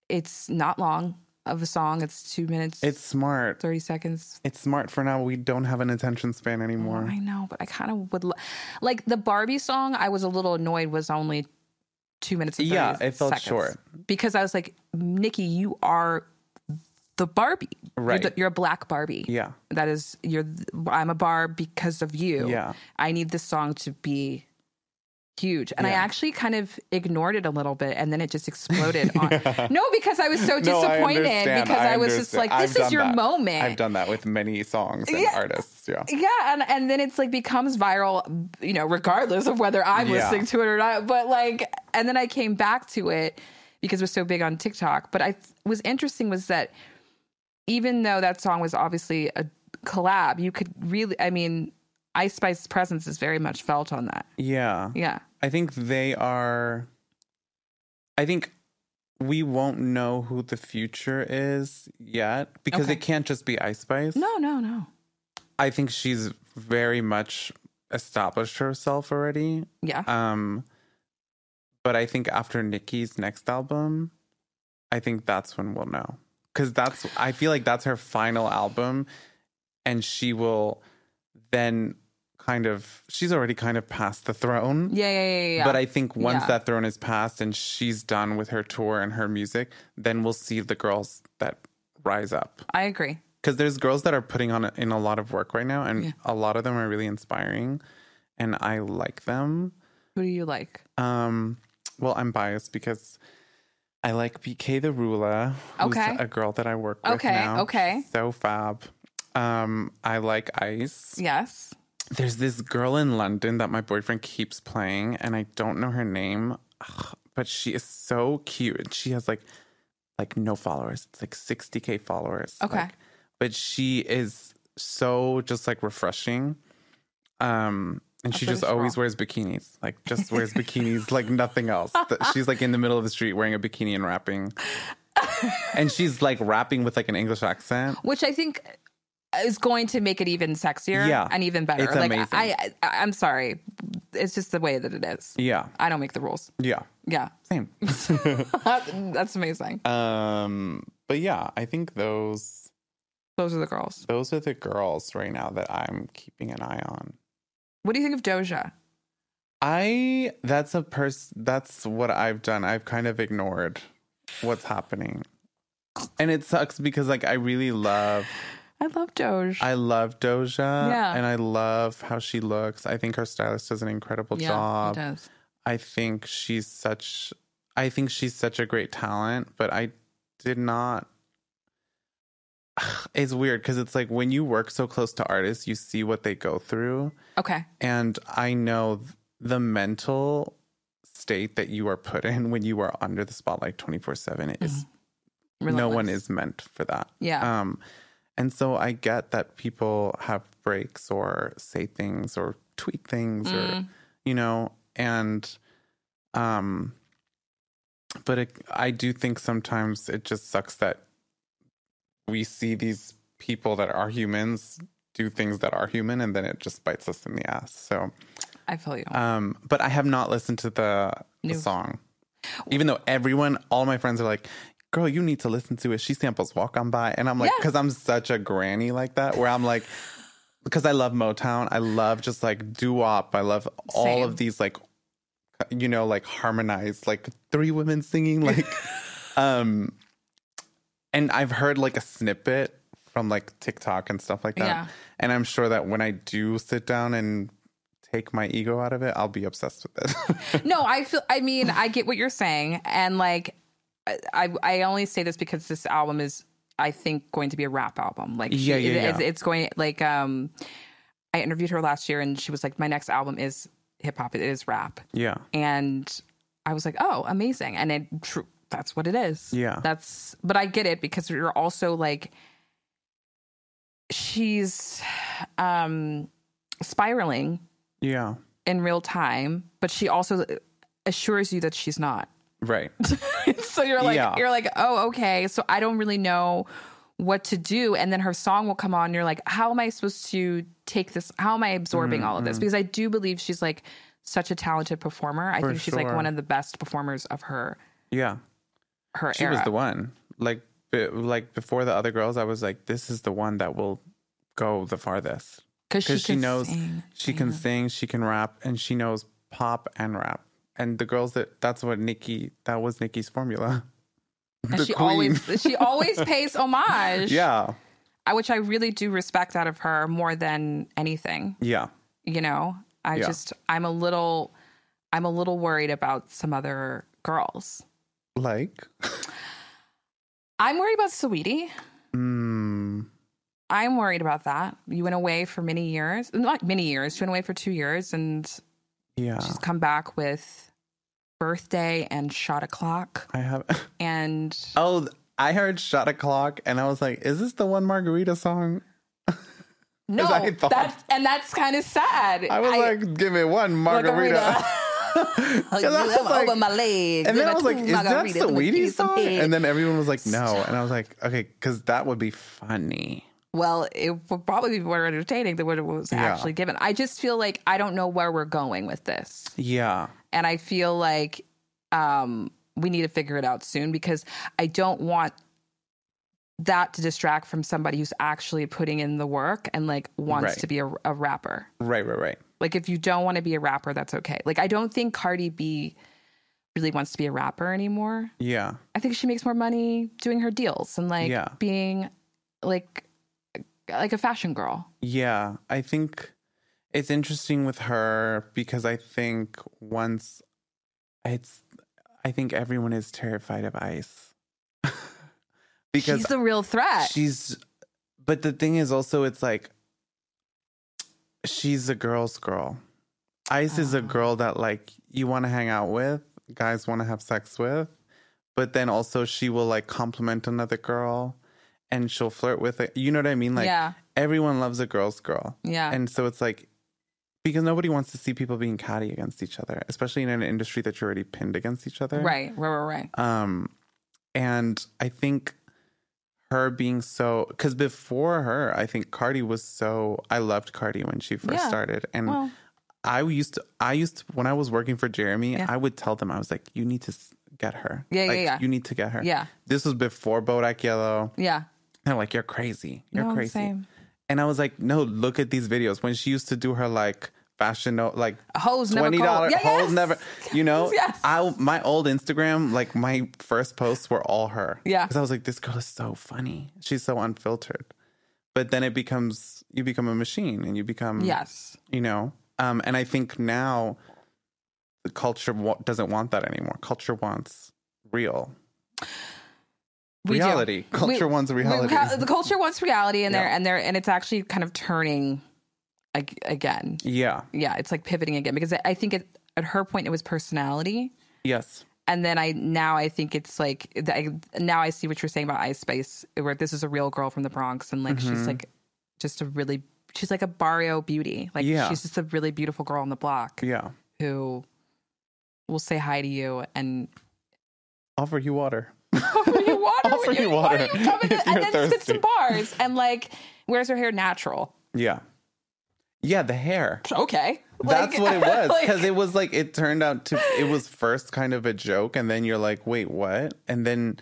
A: it's not long of a song. It's two minutes,
B: It's smart.
A: 30 seconds.
B: It's smart for now. We don't have an attention span anymore.
A: I know, but I kind of would lo- like the Barbie song. I was a little annoyed was only two minutes. And 30
B: Yeah, it felt
A: seconds.
B: short.
A: because I was like, Nikki, you are the Barbie.
B: Right.
A: you're, the- you're a black Barbie.
B: Yeah.
A: that is you're. th- I'm a Barb because of you.
B: Yeah.
A: I need this song to be huge, and I
B: Yeah.
A: actually kind of ignored it a little bit, and then it just exploded. on. No, because I was so
B: No, I
A: disappointed
B: understand.
A: because I, was just
B: understand.
A: like, this
B: I've
A: is
B: done
A: your
B: that.
A: moment.
B: I've done that with many songs and
A: Yeah.
B: artists. Yeah.
A: Yeah, and and then it's like becomes viral, you know, regardless of whether I'm
B: Yeah.
A: listening to it or not. But like, and then I came back to it because we're so big on TikTok. But I was interesting was that even though that song was obviously a collab, you could really, I mean, Ice Spice's presence is very much felt on that.
B: Yeah.
A: Yeah,
B: I think they are. I think we won't know who the future is yet because
A: Okay.
B: it can't just be Ice Spice.
A: no, no, no.
B: I think she's very much established herself already.
A: Yeah,
B: Um, but I think after Nikki's next album, I think that's when we'll know because that's I feel like that's her final album, and she will then kind of she's already kind of past the throne.
A: yeah, yeah, yeah. yeah, yeah.
B: But I think once
A: Yeah.
B: that throne is passed and she's done with her tour and her music, then we'll see the girls that rise up.
A: I agree.
B: Because there's girls that are putting on in a lot of work right now, and
A: Yeah.
B: a lot of them are really inspiring, and I like them.
A: Who do you like?
B: Um, well, I'm biased because I like BK the Ruler, who's
A: Okay.
B: a girl that I work with
A: Okay,
B: now.
A: okay.
B: She's so fab. Um, I like Ice.
A: Yes.
B: There's this girl in London that my boyfriend keeps playing, and I don't know her name, Ugh, but she is so cute. She has like, like no followers. It's like 60k followers.
A: Okay.
B: Like, but she is so just like refreshing. Um, and she just
A: British girl.
B: always wears bikinis, like just wears bikinis, like nothing else. Th- She's like in the middle of the street wearing a bikini and rapping, and she's like rapping with like an English accent.
A: which I think is going to make it even sexier
B: Yeah.
A: and even better.
B: It's
A: like
B: amazing.
A: I, I I'm sorry. It's just the way that it is.
B: Yeah,
A: I don't make the rules.
B: yeah,
A: Yeah.
B: same.
A: That's amazing.
B: Um, but yeah, I think those
A: Those are the girls.
B: those are the girls right now that I'm keeping an eye on.
A: What do you think of Doja?
B: I that's a person that's what I've done. I've kind of ignored what's happening. And it sucks because like I really love
A: I love Doja.
B: I love Doja
A: Yeah.
B: and I love how she looks. I think her stylist does an incredible
A: yeah,
B: job.
A: it does.
B: I think she's such I think she's such a great talent, but I did not it's weird because it's like when you work so close to artists, you see what they go through.
A: Okay.
B: And I know th- the mental state that you are put in when you are under the spotlight 24 7 is no
A: Mm-hmm. Relentless.
B: one is meant for that.
A: Yeah.
B: Um, and so I get that people have breaks or say things or tweet things
A: Mm-hmm.
B: or,
A: Mm,
B: you know, and, um, but it, I do think sometimes it just sucks that we see these people that are humans do things that are human and then it just bites us in the ass. So,
A: I feel you.
B: um, but I have not listened to the, the
A: New.
B: song, even though everyone, all my friends are like, "Girl, you need to listen to it." She samples "Walk On By," and I'm like,
A: Yeah.
B: because I'm such a granny like that, where I'm like, because I love Motown, I love just like doo wop, I love all
A: Same.
B: of these like, you know, like harmonized, like three women singing, like, um, and I've heard like a snippet from like TikTok and stuff like that,
A: Yeah.
B: and I'm sure that when I do sit down and take my ego out of it, I'll be obsessed with it.
A: no, I feel. I mean, I get what you're saying, and like, I- I I only say this because this album is, I think, going to be a rap album. Like,
B: Yeah, yeah,
A: it-
B: yeah.
A: It's, it's going like um, I interviewed her last year, and she was like, my next album is hip hop. It is rap,
B: yeah.
A: and I was like, oh, amazing, and it tr- that's what it is.
B: Yeah.
A: that's. But I get it because you're also like, she's, um, spiraling
B: Yeah.
A: in real time, but she also uh, assures you that she's not.
B: Right.
A: so you're like
B: Yeah.
A: you're like, "Oh, okay." So I don't really know what to do and then her song will come on and you're like how am i supposed to take this how am i absorbing all of
B: Mm-hmm.
A: this because i do believe she's like such a talented performer i
B: For
A: think she's like
B: sure.
A: one of the best performers of her
B: Yeah.
A: her
B: She
A: era
B: was the one. Like, be, like before the other girls, I was like, this is the one that will go the farthest.
A: because
B: Because she,
A: can
B: knows
A: sing.
B: she can
A: Yeah.
B: sing, she can rap, and she knows pop and rap. And the girls that that's what Nikki that was Nikki's formula.
A: and
B: the
A: she
B: queen.
A: always she always pays homage
B: Yeah.
A: I- which i really do respect out of her more than anything
B: Yeah.
A: you know i
B: Yeah.
A: just i'm a little i'm a little worried about some other girls
B: Like,
A: i'm worried about sweetie
B: mm,
A: I'm worried about that. You went away for many years, not many years. She went away for two years, and
B: yeah.
A: she's come back with birthday and shot o'clock.
B: I have.
A: And
B: Oh, th- I heard "Shot O'clock" and I was like, "Is this the one Margarita song?"
A: no,
B: I thought-
A: that's and that's kind of sad.
B: I was like, "Give me one
A: Oh,
B: Margarita." 'Cause
A: you
B: I was
A: ever
B: like-
A: open my legs.
B: and then
A: Give me
B: I was
A: two
B: like, "Is that
A: margaritas, let me
B: Sweetie
A: kiss some
B: song?"
A: head.
B: And then everyone was like, "No," and I was like, "Okay," because that would be funny.
A: well, it would probably be more entertaining than what it was
B: Yeah.
A: actually given. I just feel like I don't know where we're going with this.
B: Yeah,
A: and I feel like um, we need to figure it out soon because I don't want that to distract from somebody who's actually putting in the work and like wants
B: Right.
A: to be a, a rapper.
B: right, right, right.
A: Like if you don't want to be a rapper, that's okay. Like I don't think Cardi B really wants to be a rapper anymore.
B: Yeah,
A: I think she makes more money doing her deals and like
B: Yeah.
A: being like like a fashion girl.
B: yeah. I think it's interesting with her because I think once it's, I think everyone is terrified of ice because
A: She's the real threat.
B: she's but the thing is also it's like she's a girl's girl ice is a
A: Ah.
B: girl that like you want to hang out with guys want to have sex with but then also she will like compliment another girl and she'll flirt with it you know what i mean like
A: yeah,
B: everyone loves a girl's girl
A: yeah.
B: and so it's like because nobody wants to see people being catty against each other especially in an industry that you're already pinned against each other
A: right, right, right, right.
B: um, and I think her being so because before her, I think Cardi was so I loved Cardi when she first
A: Yeah.
B: started, and
A: Well,
B: I used to I used to, when I was working for Jeremy,
A: Yeah.
B: I would tell them I was like, you need to s- get her,
A: Yeah, yeah,
B: like,
A: yeah.
B: you need to get her.
A: yeah,
B: This was before Bodak Yellow.
A: yeah.
B: They're like, you're crazy, you're
A: No, I'm
B: crazy,
A: saying-
B: and I was like, no, look at these videos when she used to do her like fashion note like
A: Hoes never
B: twenty dollar
A: cold. Yeah,
B: holes
A: yes.
B: never. You know,
A: Yes.
B: I my old Instagram, like my first posts were all her.
A: Yeah.
B: because I was like, this girl is so funny. She's so unfiltered. But then it becomes you become a machine, and you become
A: Yes.
B: you know. Um, and I think now the culture wa- doesn't want that anymore. Culture wants real
A: We do.
B: reality. Culture
A: We-
B: wants
A: We-
B: reality.
A: ca- uh the culture wants reality and they're
B: Yeah.
A: and they're and it's actually kind of turning ag- again.
B: yeah.
A: Yeah, it's like pivoting again because I- I think it, at her point it was personality.
B: Yes.
A: And then I now I think it's like th- I, now I see what you're saying about Ice Spice, where this is a real girl from the Bronx, and like
B: Mm-hmm.
A: she's like just a really she's like a barrio beauty, like
B: Yeah.
A: she's just a really beautiful girl on the block
B: Yeah.
A: who will say hi to you and
B: Offer you water.
A: offer you water.
B: Offer
A: when
B: you water
A: when you come in
B: if
A: and
B: you're
A: then sits
B: thirsty.
A: in bars and like wears her hair natural.
B: Yeah. Yeah. The hair.
A: Okay, Like-
B: That's what it was
A: like,
B: because it was like it turned out to it was first kind of a joke and then you're like wait what and then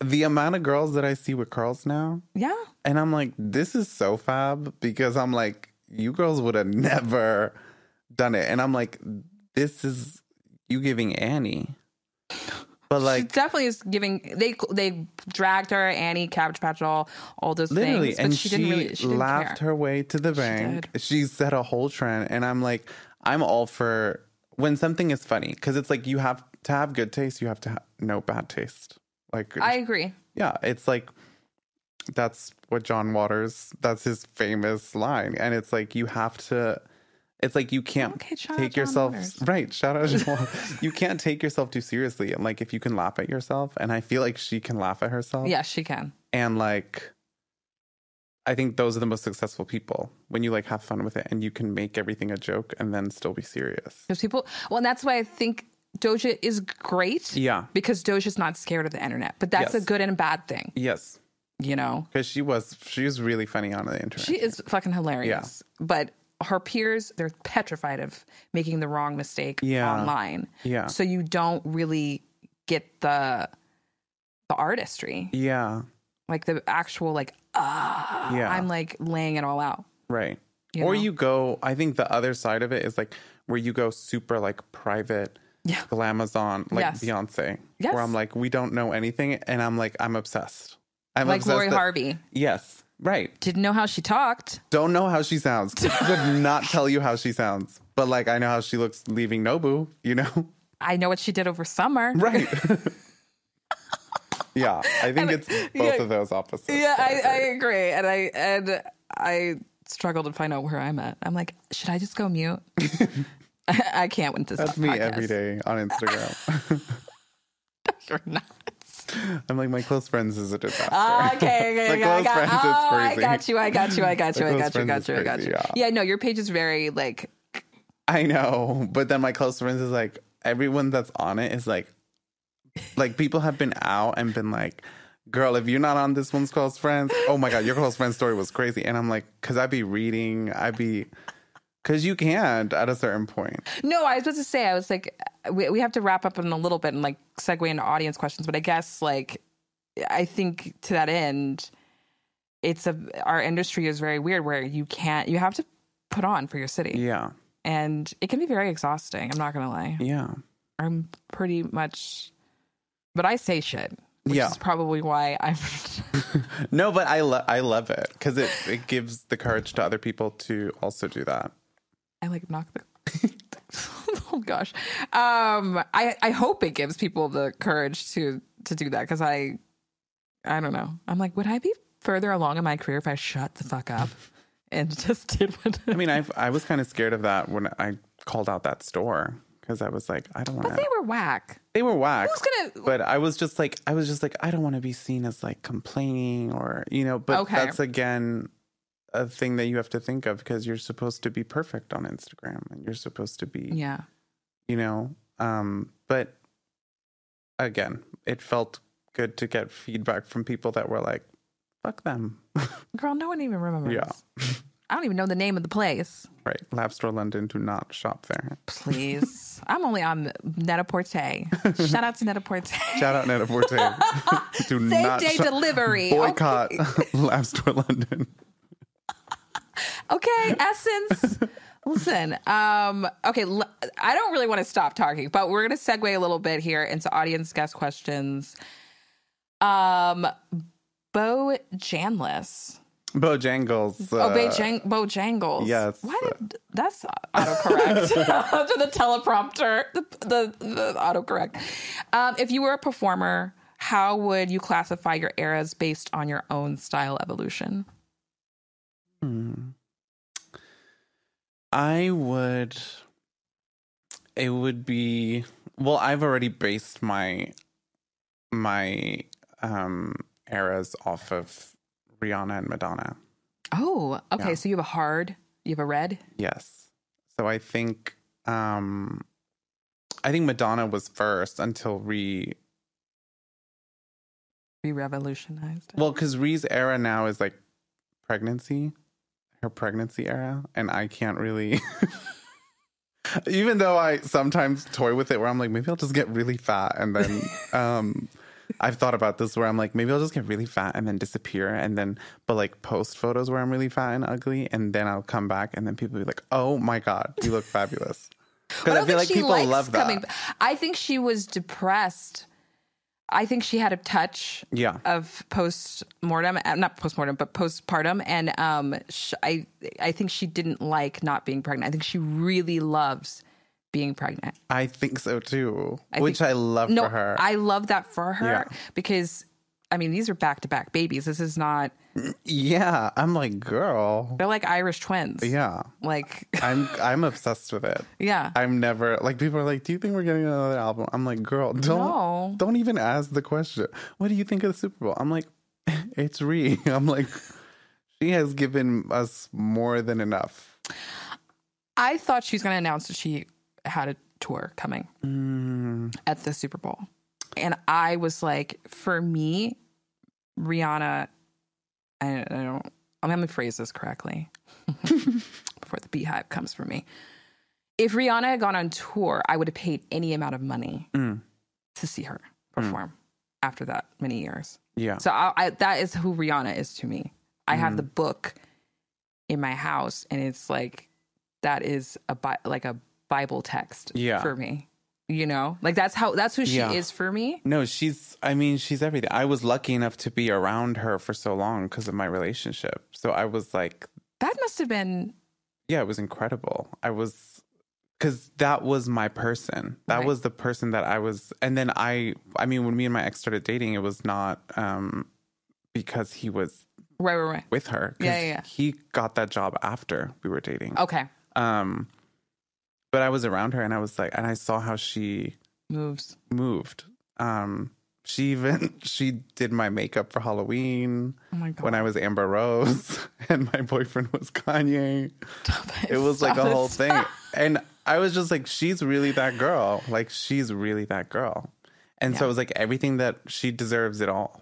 B: the amount of girls that I see with curls now
A: yeah,
B: and I'm like this is so fab because I'm like you girls would have never done it and I'm like this is you giving Annie but
A: she
B: like
A: definitely is giving. They they dragged her Annie Cabbage Patch all all those
B: literally
A: things, but
B: and
A: she, didn't really she didn't
B: laughed
A: care.
B: her way to the bank
A: did.
B: she, set a whole trend and i'm like i'm all for when something is funny because it's like you have to have good taste you have to ha- know bad taste like
A: I agree.
B: yeah it's like that's what john waters that's his famous line and it's like you have to it's like you can't
A: Okay, shout out
B: take
A: John
B: yourself
A: Waters.
B: right shout out John Waters. you can't take yourself too seriously and like if you can laugh at yourself and i feel like she can laugh at herself
A: Yeah, she can.
B: and like i think those are the most successful people when you like have fun with it and you can make everything a joke and then still be serious
A: Because people, well, and that's why I think Doja is great
B: Yeah.
A: because Doja's not scared of the internet, but that's
B: Yes.
A: a good and bad thing,
B: Yes.
A: you know?
B: Because she was she was really funny on the internet.
A: She is fucking hilarious. But her peers, they're petrified of making the wrong mistake
B: Yeah.
A: online.
B: yeah.
A: So you don't really get the the artistry,
B: yeah.
A: like the actual like ah,
B: Yeah.
A: I'm like laying it all out.
B: Right.
A: You
B: or
A: know?
B: you go, I think the other side of it is like where you go super like private,
A: Yeah.
B: glamazon, like
A: Yes.
B: Beyonce.
A: Yes.
B: Where I'm like, we don't know anything. And I'm like, I'm obsessed. I'm
A: Like
B: obsessed.
A: Lori
B: that-
A: Harvey
B: Yes. Right.
A: didn't know how she talked.
B: Don't know how she sounds. Could not tell you how she sounds. But like, I know how she looks leaving Nobu, you know?
A: I know what she did over summer.
B: Right. yeah. I think it's both
A: yeah.
B: of those opposites.
A: Yeah,
B: that
A: I, I
B: agree.
A: agree, and I and I struggle to find out where I'm at. I'm like, should I just go mute? I, I can't win this.
B: That's me every day on Instagram.
A: You're not.
B: I'm like, my close friends is a disaster.
A: Ah, Okay, okay,
B: My
A: okay. I
B: close
A: got,
B: friends is
A: oh, I
B: crazy.
A: got you. I got you. I got you. I
B: close
A: got you.
B: friends
A: Got
B: is
A: you. I got
B: crazy,
A: you.
B: yeah.
A: Yeah, no, your page is very like
B: I know, but then my close friends is like everyone that's on it is like, like people have been out and been like, "Girl, if you're not on this one's close friends, oh my god, your close friends story was crazy." And I'm like, because I be reading, I be, because you can't at a certain point.
A: No, I was about to say, I was like, we, we have to wrap up in a little bit and like segue into audience questions, but I guess like, I think to that end, it's a, our industry is very weird where you can't, you have to put on for your city
B: Yeah,
A: and it can be very exhausting. I'm not going to lie.
B: yeah,
A: I'm pretty much, but I say shit. Which
B: Yeah.
A: is probably why I'm.
B: no, but I love I love it because it it gives the courage to other people to also do that.
A: I like knock the. oh gosh, um, I I hope it gives people the courage to to do that because I, I don't know. I'm like, would I be further along in my career if I shut the fuck up and just did what?
B: I mean, I I was kind of scared of that when I called out that store because I was like, I don't want
A: but
B: to.
A: they were whack.
B: They were whack.
A: Who's gonna-
B: But I was just like, I was just like, I don't want to be seen as like complaining or you know. But
A: Okay.
B: that's again a thing that you have to think of because you're supposed to be perfect on Instagram and you're supposed to be,
A: Yeah,
B: you know. Um, but again, it felt good to get feedback from people that were like, "Fuck them,"
A: girl, no one even remembers.
B: Yeah.
A: I don't even know the name of the place.
B: right? Lab Store London, do not shop there.
A: Please, I'm only on Net-a-Porter. Shout out to Net-a-Porter.
B: Shout out Netta Forte. do
A: Same
B: not
A: day
B: shop-
A: delivery.
B: boycott Lab Store London.
A: Okay, Essence. Listen, um, okay, l- I don't really want to stop talking, but we're going to segue a little bit here into audience guest questions. Um, Bo Janless.
B: Bojangles.
A: Oh,
B: uh,
A: Bo, Jang- Bo Jangles.
B: yes.
A: Why did that's autocorrect to the teleprompter, the, the, the autocorrect. Um, if you were a performer, how would you classify your eras based on your own style evolution?
B: Hmm. I would. It would be well. I've already based my my um eras off of Rihanna and Madonna.
A: Oh, okay.
B: Yeah.
A: So you have a hard, you have a red.
B: Yes. So I think um I think Madonna was first until Re.
A: be revolutionized.
B: Well, because Re's era now is like pregnancy, her pregnancy era, and I can't really. Even though I sometimes toy with it, where I'm like, maybe I'll just get really fat, and then um, I've thought about this, where I'm like, maybe I'll just get really fat and then disappear, and then but like post photos where I'm really fat and ugly, and then I'll come back, and then people be like, oh my god, you look fabulous, because
A: But
B: I,
A: don't think
B: feel like
A: she
B: people
A: likes
B: love that.
A: coming- I think she was depressed. I think she had a touch
B: yeah,
A: of post mortem, not post mortem, but postpartum, and um, sh- I I think she didn't like not being pregnant. I think she really loves being pregnant.
B: I think so too,
A: I
B: which
A: think-
B: I love
A: No,
B: for her.
A: I love that for her
B: Yeah.
A: because I mean these are back to back babies. This is not
B: yeah, I'm like, girl,
A: they're like Irish twins.
B: Yeah.
A: like
B: I'm I'm obsessed with it.
A: yeah.
B: I'm never like people are like, Do you think we're getting another album? I'm like, girl, don't
A: No.
B: don't even ask the question. What do you think of the Super Bowl? I'm like, it's Ree. I'm like, she has given us more than enough.
A: I thought she was going to announce that she had a tour coming at the Super Bowl. And I was like, for me, Rihanna, I, I don't, I'm going to phrase this correctly before the beehive comes for me. If Rihanna had gone on tour, I would have paid any amount of money
B: Mm.
A: to see her perform after that many years.
B: Yeah.
A: So I, I, that is who Rihanna is to me. I
B: Mm-hmm.
A: have the book in my house, and it's like that is a bi- like a Bible text
B: Yeah.
A: for me. You know, like that's how that's who she
B: Yeah.
A: is for me.
B: No, she's, I mean, she's everything. I was lucky enough to be around her for so long because of my relationship. So I was like,
A: That must have been
B: yeah, it was incredible. I was, because that was my person. That
A: Right.
B: was the person that I was. And then I, I mean, when me and my ex started dating, it was not um, because he was
A: right, right, right.
B: with her. 'cause
A: Yeah, yeah, Oh. yeah.
B: He got that job after we were dating.
A: Okay,
B: Um, but I was around her and I was like, and I saw how she
A: moves.
B: moved. Um, she even she did my makeup for Halloween
A: Oh my god!
B: when I was Amber Rose and my boyfriend was Kanye.
A: Stop
B: It was like
A: Stop
B: a whole
A: it.
B: thing. And I was just like, she's really that girl. Like she's really that girl. And so
A: Yeah.
B: it was like everything that she deserves it all.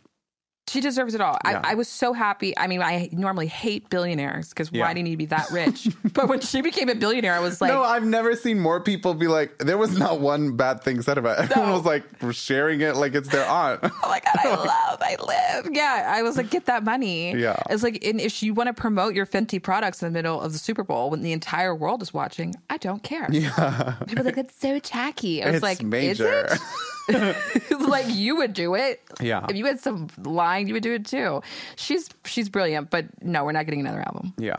A: She deserves it all.
B: Yeah.
A: I, I was so happy. I mean, I normally hate billionaires because
B: Yeah.
A: why do you need to be that rich? but when she became a billionaire, I was like,
B: no, I've never seen more people be like, there was not one bad thing said about it. Everyone
A: No.
B: was like sharing it like it's their aunt.
A: oh my god, I love, I live. Yeah, I was like, get that money.
B: Yeah.
A: it's like, and if you want to promote your Fenty products in the middle of the Super Bowl when the entire world is watching, I don't care.
B: yeah.
A: People are like that's so tacky. I was
B: It's
A: like,
B: major.
A: is it? It's like you would do it.
B: Yeah.
A: If you had some line, you would do it too. She's she's brilliant, but no, we're not getting another album.
B: Yeah,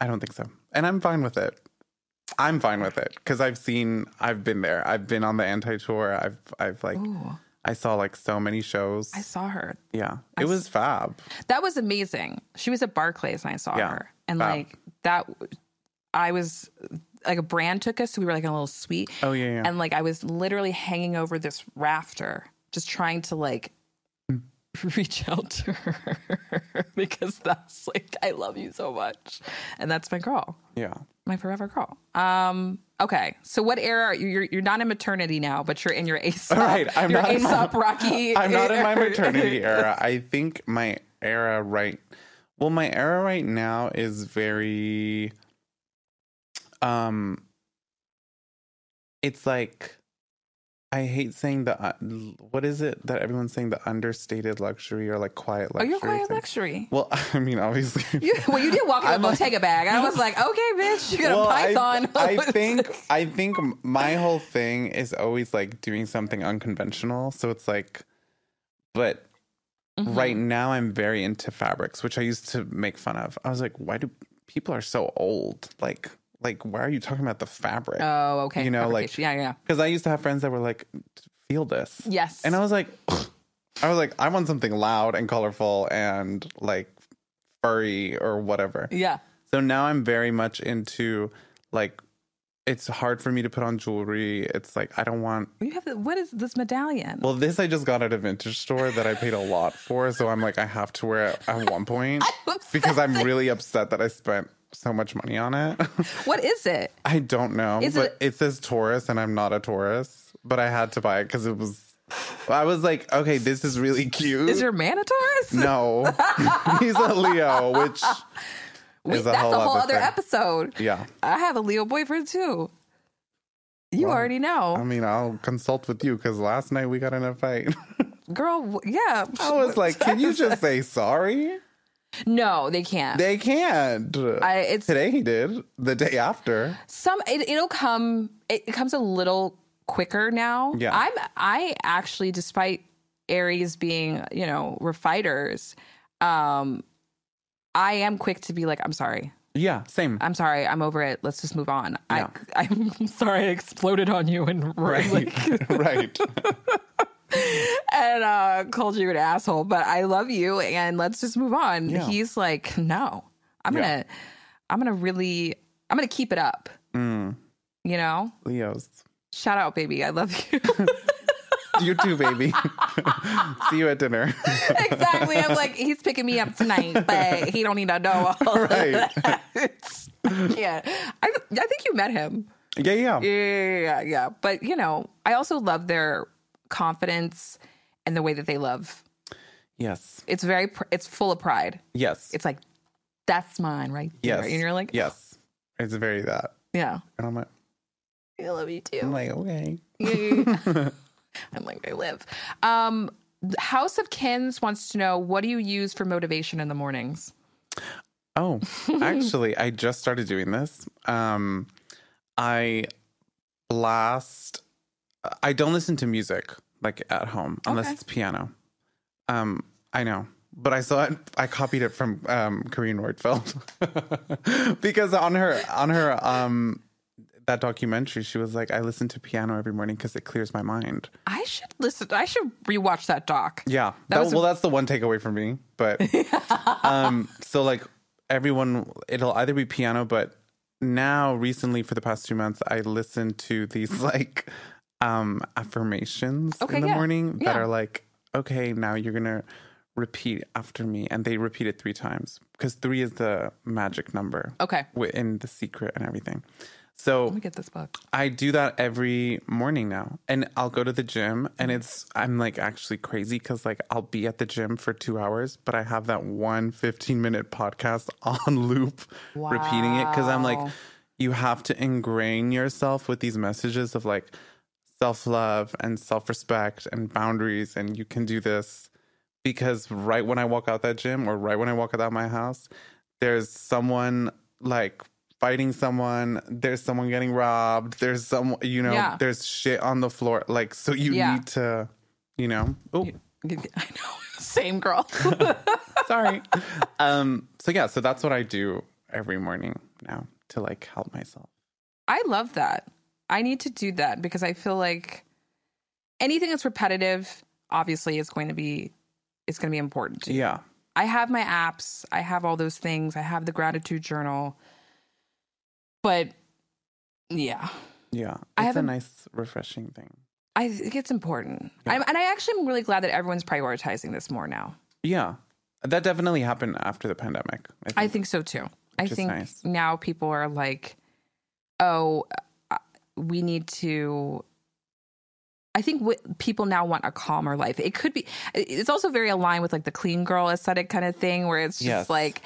B: I don't think so. And I'm fine with it. I'm fine with it because I've seen, I've been there. I've been on the anti tour. I've, I've like,
A: Ooh.
B: I saw like so many shows.
A: I saw her.
B: yeah, it was fab.
A: That was amazing. She was at Barclays and I saw
B: Yeah.
A: her. And
B: Wow.
A: like that I was like a brand took us, so we were like in a little suite.
B: Oh yeah, yeah.
A: and like I was literally hanging over this rafter, just trying to like reach out to her because that's like I love you so much, and that's my girl,
B: yeah.
A: my forever girl. Um, okay, so what era? Are you, you're you're not in maternity now, but you're in your ASAP.
B: All right, I'm
A: your
B: not in my-
A: ASAP Rocky.
B: I'm not in my maternity era. I think my era right, well, my era right now is very, um, it's like. I hate saying the uh, what is it that everyone's saying the understated luxury or like quiet
A: Oh,
B: luxury.
A: you're quiet
B: thing.
A: luxury.
B: Well, I mean, obviously.
A: You, well, you did walk in a
B: I'm like-
A: Bottega bag. I was like, okay, bitch, you got
B: Well,
A: a python.
B: I, I think I think my whole thing is always like doing something unconventional. So it's like, but
A: Mm-hmm.
B: right now I'm very into fabrics, which I used to make fun of. I was like, why do people are so old? Like, like why are you talking about the fabric?
A: Oh, okay.
B: You know, like-
A: Fabrication. yeah, yeah.
B: Because I used to have friends that were like, feel this,
A: Yes.
B: and I was like, I was like, I want something loud and colorful and like furry or whatever.
A: yeah.
B: So now I'm very much into like it's hard for me to put on jewelry. It's like I don't want
A: You have the, what is this medallion?
B: well, this I just got at a vintage store that I paid a lot for, so I'm like I have to wear it at one point because I'm really upset that I spent so much money on it.
A: what is it?
B: I don't know,
A: Is
B: but
A: it-
B: it says Taurus and I'm not a Taurus, but I had to buy it because it was I was like, okay, this is really cute.
A: Is your man a Taurus?
B: no, he's a Leo, which
A: We-
B: is a
A: that's
B: whole
A: a whole
B: other
A: other,
B: thing.
A: episode.
B: yeah.
A: I have a Leo boyfriend too. You
B: Well,
A: already know,
B: I mean, I'll consult with you because last night we got in a fight.
A: girl. w- Yeah.
B: I was like, can you just say sorry?
A: no, they can't.
B: They can't. Uh,
A: I, it's
B: Today he did. The day after.
A: some. It, it'll come. It comes a little quicker now.
B: Yeah.
A: I'm. I actually, despite Aries being, you know, we're fighters. Um, I am quick to be like, I'm sorry.
B: Yeah, same.
A: I'm sorry, I'm over it. Let's just move on.
B: Yeah.
A: I, I'm sorry I exploded on you and
B: right.
A: like,
B: right.
A: and uh, called you an asshole, but I love you and let's just move on.
B: Yeah.
A: He's like, no, I'm
B: Yeah.
A: gonna, I'm gonna really, I'm gonna keep it up.
B: Mm,
A: You know,
B: Leos.
A: shout out, baby, I love you.
B: You too, baby. See you at dinner.
A: exactly. I'm like, he's picking me up tonight, but he don't need to know. All
B: Right.
A: that. yeah, I, I think you met him.
B: Yeah,
A: Yeah,
B: yeah.
A: yeah, yeah, yeah. But you know, I also love their confidence and the way that they love.
B: Yes.
A: It's very, pr- it's full of pride.
B: Yes.
A: It's like, that's mine, right? there."
B: yes.
A: And you're like,
B: yes. It's very that.
A: yeah,
B: And I'm like,
A: I love you too.
B: I'm like, okay.
A: Yeah, yeah, yeah. I'm like, I live. Um, House of Kins wants to know what do you use for motivation in the mornings?
B: Oh, actually, I just started doing this. Um, I blast. I don't listen to music like at home unless
A: Okay.
B: it's piano. Um, I know, but I saw it. I copied it from um, Corinne Nordfeld because on her on her um that documentary, she was like, "I listen to piano every morning because it clears my mind."
A: I should listen. I should rewatch that doc.
B: Yeah.
A: That
B: That
A: was a-
B: well, that's the one takeaway from me. But um, so like everyone, it'll either be piano, but now recently for the past two months, I listen to these like um affirmations
A: Okay,
B: in the
A: yeah.
B: morning that
A: Yeah.
B: are like, okay, now you're gonna repeat after me, and they repeat it three times because three is the magic number
A: Okay,
B: within the secret and everything. So
A: let me get this book.
B: I do that every morning now. And I'll go to the gym and it's I'm like actually crazy cuz like I'll be at the gym for 2 hours, but I have that one 15-minute podcast on loop repeating it cuz I'm like
A: Wow.
B: you have to ingrain yourself with these messages of like self-love and self-respect and boundaries and you can do this because right when I walk out that gym or right when I walk out of my house, there's someone like fighting someone, there's someone getting robbed, there's some you know,
A: Yeah.
B: there's shit on the floor. Like so you
A: Yeah.
B: need to, you know. Oh,
A: I know, same girl.
B: sorry. um so yeah, so that's what I do every morning now to like help myself.
A: I love that. I need to do that because I feel like anything that's repetitive, obviously, is going to be it's going to be important to you.
B: Yeah.
A: I have my apps. I have all those things. I have the gratitude journal. But yeah,
B: Yeah.
A: I
B: It's a
A: haven't-
B: nice refreshing thing.
A: I think it's important.
B: Yeah.
A: I'm, and I actually am really glad that everyone's prioritizing this more now.
B: Yeah. That definitely happened after the pandemic.
A: I think so too. I
B: Which is
A: think
B: nice.
A: now people are like, oh, uh, we need to. I think what people now want a calmer life. It could be. It's also very aligned with like the clean girl aesthetic kind of thing, where it's just
B: Yes.
A: like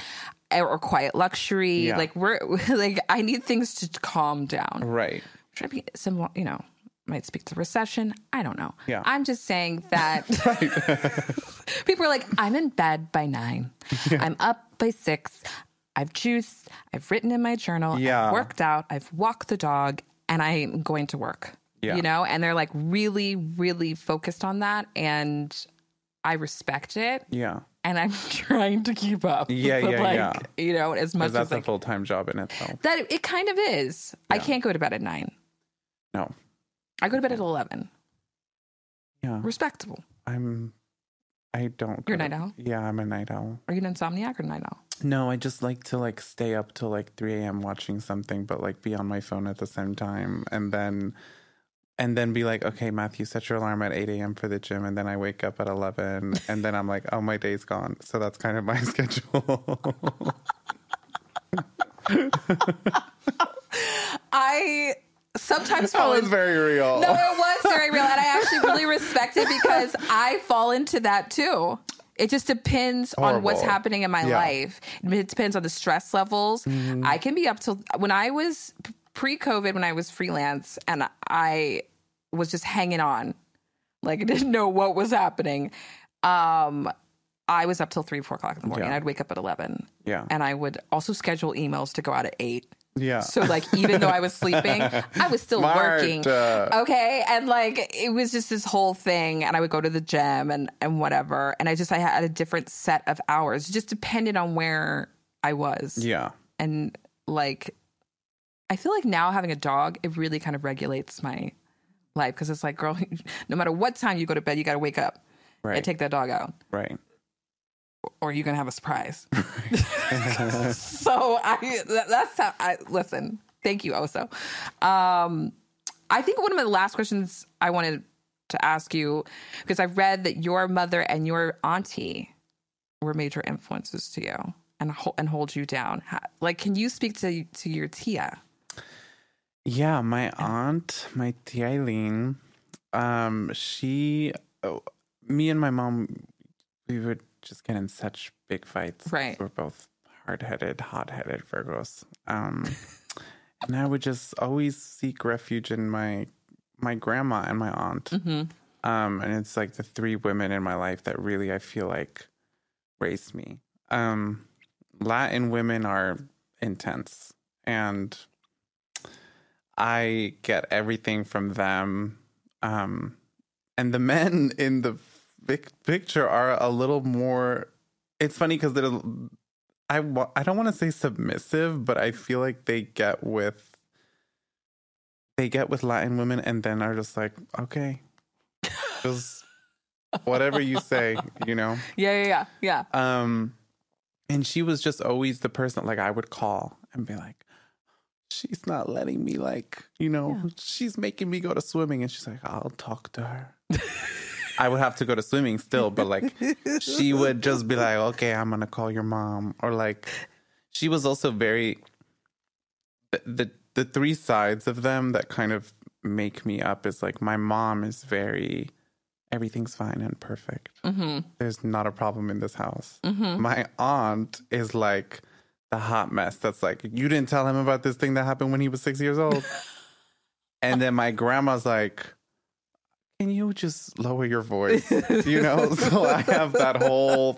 A: or quiet luxury.
B: Yeah.
A: Like we're like I need things to calm down.
B: Right.
A: Trying to be some, you know, might speak to recession. I don't know.
B: Yeah.
A: I'm just saying that people are like, I'm in bed by nine. I'm up by six. I've juiced. I've written in my journal.
B: Yeah.
A: I've worked out. I've walked the dog and I'm going to work.
B: Yeah.
A: You know, and they're like really, really focused on that. And I respect it.
B: Yeah.
A: And I'm trying to keep up.
B: Yeah,
A: But,
B: yeah,
A: like,
B: yeah.
A: You know, as much
B: Because
A: as
B: that's
A: like
B: a full time job in itself.
A: that, it kind of is. I can't go to bed at nine.
B: No.
A: I go to bed at 11.
B: Yeah.
A: Respectable.
B: I'm. I don't.
A: You're a
B: go-
A: night owl?
B: Yeah, I'm a night owl.
A: Are you an insomniac or night owl?
B: No, I just like to like stay up till like 3 a.m. watching something, but like be on my phone at the same time, and then, and then be like, okay, Matthew, set your alarm at 8 a.m. for the gym, and then I wake up at 11, and then I'm like, oh, my day's gone. So that's kind of my
A: Oh,
B: schedule.
A: I sometimes
B: that
A: fall
B: was
A: in.
B: very real.
A: No, it was very real, and I actually really respect it because I fall into that too. It just depends on what's
B: Horrible.
A: happening in my
B: Yeah. Mm-hmm.
A: life. It depends on the stress levels. I can be up till when I was pre-COVID, when I was freelance, and I was just hanging on, like I didn't know what was happening. Um, I was up till three, four o'clock in the morning,
B: Yeah.
A: and I'd wake up at eleven,
B: Yeah.
A: and I would also schedule emails to go out at eight.
B: yeah.
A: So like even though I was sleeping, I was still
B: Smart,
A: working.
B: uh,
A: Okay, and like it was just this whole thing, and I would go to the gym and and whatever, and I just I had a different set of hours, it just depended on where I was,
B: yeah.
A: and like I feel like now having a dog, it really kind of regulates my life because it's like, girl, no matter what time you go to bed, you got to wake up
B: Right.
A: and take that dog out,
B: right.
A: or you're gonna have a surprise. so I that- that's how I listen. Thank you, Oso. Um, I think one of the last questions I wanted to ask you because I read that your mother and your auntie were major influences to you and ho- and hold you down. Ha- Like, can you speak to to your tia?
B: Yeah, my aunt, my tia Eileen, um, she, oh, me and my mom, we would just get in such big fights.
A: Right.
B: We're both hard-headed, hot-headed Virgos. Um, and I would just always seek refuge in my my grandma and my aunt.
A: hmm
B: Um, and it's like the three women in my life that really I feel like raised me. Um, Latin women are intense, and I get everything from them. Um, and the men in the pic- picture are a little more. It's funny because they're. I wa- I don't want to say submissive, but I feel like they get with. They get with Latin women and then are just like, okay, just whatever you say, you know.
A: Yeah, yeah, yeah, yeah.
B: Um, and she was just always the person like I would call and be like, she's not letting me like, you know, she's making me go to swimming, and she's like, I'll talk to her. I would have to go to swimming still, but like she would just be like, okay, I'm gonna call your mom, or like she was also very the the, the three sides of them that kind of make me up is like my mom is very everything's fine and perfect
A: hmm
B: there's not a problem in this house.
A: hmm
B: My aunt is like the hot mess that's like, you didn't tell him about this thing that happened when he was six years old. and then my grandma's like, can you just lower your voice? You know? so I have that whole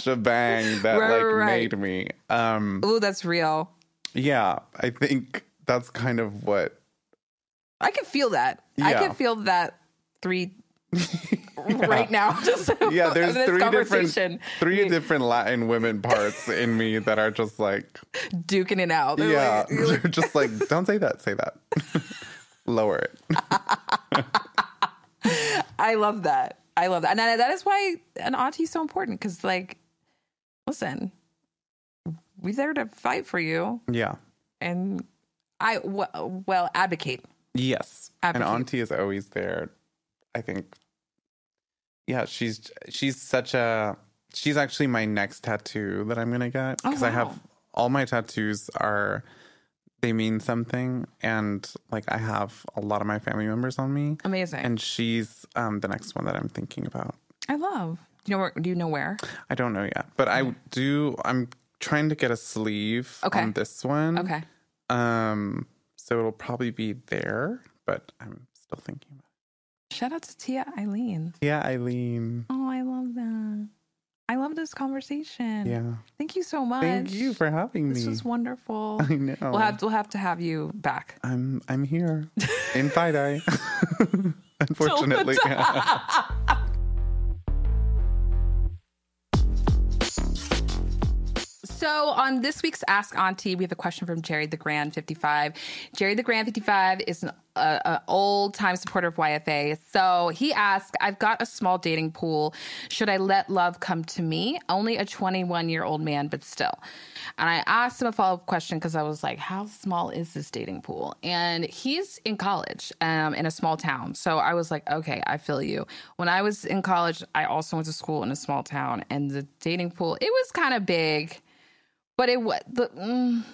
B: shebang that
A: Right,
B: like
A: right, right.
B: made me. Um
A: Ooh, that's real.
B: yeah, I think that's kind of what
A: I can feel that. I
B: Yeah.
A: can feel that three right now. Just
B: Yeah,
A: in
B: there's
A: this
B: three
A: conversation
B: different three different Latin women parts in me that are just like
A: duking it out. They're
B: yeah,
A: like- you're like,
B: They're just like, don't say that, say that. Lower it.
A: I love that. I love that, and that that is why an auntie is so important. Because like, listen, we're there to fight for you,
B: Yeah.
A: and I well, well advocate.
B: Yes. And
A: Advocate.
B: auntie is always there. I think. Yeah, she's she's such a she's actually my next tattoo that I'm gonna get
A: Oh,
B: because I have
A: wow.
B: all my tattoos are they mean something and like I have a lot of my family members on me
A: Amazing.
B: and she's um, the next one that I'm thinking about.
A: I love. Do you know where? Do you know where?
B: I don't know yet, but I do. I'm trying to get a sleeve
A: Okay.
B: on this one.
A: Okay.
B: Um, so it'll probably be there, but I'm still thinking about
A: Shout out to Tia Eileen.
B: it. Yeah, Eileen.
A: Oh, I love that. I love this conversation.
B: Yeah.
A: Thank you so much.
B: Thank you for having
A: This
B: me.
A: was wonderful.
B: I know.
A: We'll have we'll have to have you back.
B: I'm I'm here in side eye. Unfortunately.
A: So on this week's Ask Auntie, we have a question from Jerry the Grand 55. Jerry the Grand 55 is an uh, uh, old time supporter of YFA. So he asked, I've got a small dating pool. Should I let love come to me? Only a 21 year old man, but still. And I asked him a follow up question because I was like, How small is this dating pool? And he's in college um, in a small town. So I was like, Okay, I feel you. When I was in college, I also went to school in a small town, and the dating pool, it was kind of big but it was the mm,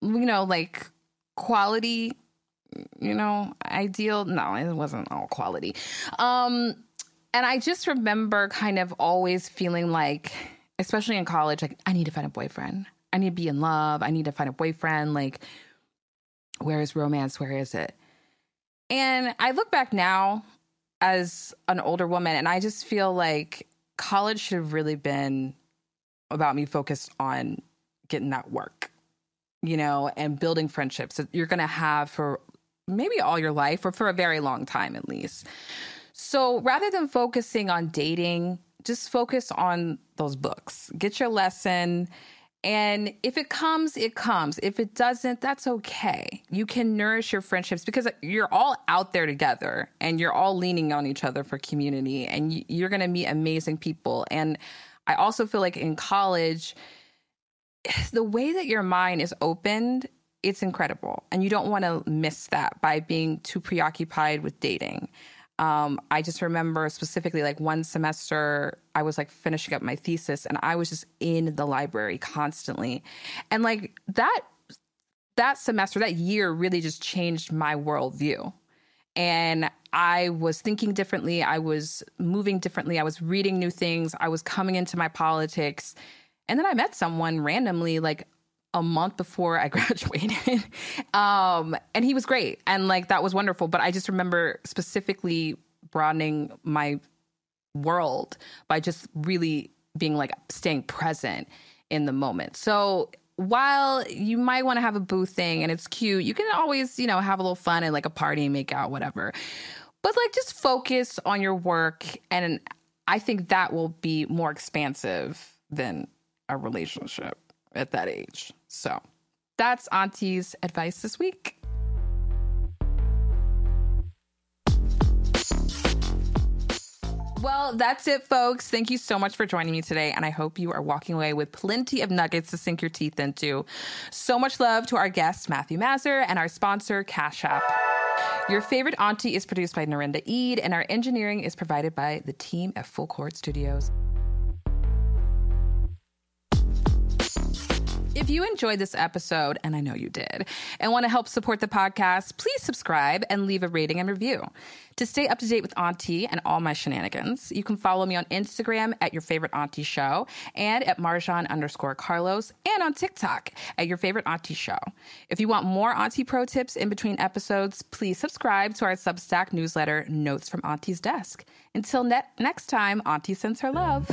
A: you know like quality you know ideal no it wasn't all quality um and i just remember kind of always feeling like especially in college like i need to find a boyfriend i need to be in love i need to find a boyfriend like where is romance where is it and i look back now as an older woman and i just feel like college should have really been about me focused on getting that work, you know, and building friendships that you're going to have for maybe all your life or for a very long time at least. So rather than focusing on dating, just focus on those books. Get your lesson. And if it comes, it comes. If it doesn't, that's okay. You can nourish your friendships because you're all out there together and you're all leaning on each other for community and y- you're going to meet amazing people. And I also feel like in college, the way that your mind is opened, it's incredible. And you don't want to miss that by being too preoccupied with dating. Um, I just remember specifically, like one semester, I was like finishing up my thesis and I was just in the library constantly. And like that that semester, that year really just changed my worldview. And I was thinking differently. I was moving differently. I was reading new things. I was coming into my politics. And then I met someone randomly, like a month before I graduated. um, and he was great. And like that was wonderful. But I just remember specifically broadening my world by just really being like staying present in the moment. So while you might want to have a boo thing and it's cute, you can always, you know, have a little fun and like a party, make out, whatever. But like just focus on your work. And I think that will be more expansive than a relationship at that age. So that's Auntie's advice this week. Well, that's it, folks. Thank you so much for joining me today. And I hope you are walking away with plenty of nuggets to sink your teeth into. So much love to our guest, Matthew Mazur, and our sponsor, Cash App. Your favorite auntie is produced by Narenda Eid, and our engineering is provided by the team at Full Court Studios. If you enjoyed this episode, and I know you did, and want to help support the podcast, please subscribe and leave a rating and review. To stay up to date with Auntie and all my shenanigans, you can follow me on Instagram at your favorite Auntie Show and at Marjan underscore Carlos and on TikTok at your favorite Auntie Show. If you want more Auntie pro tips in between episodes, please subscribe to our Substack newsletter, Notes from Auntie's Desk. Until ne- next time, Auntie sends her love.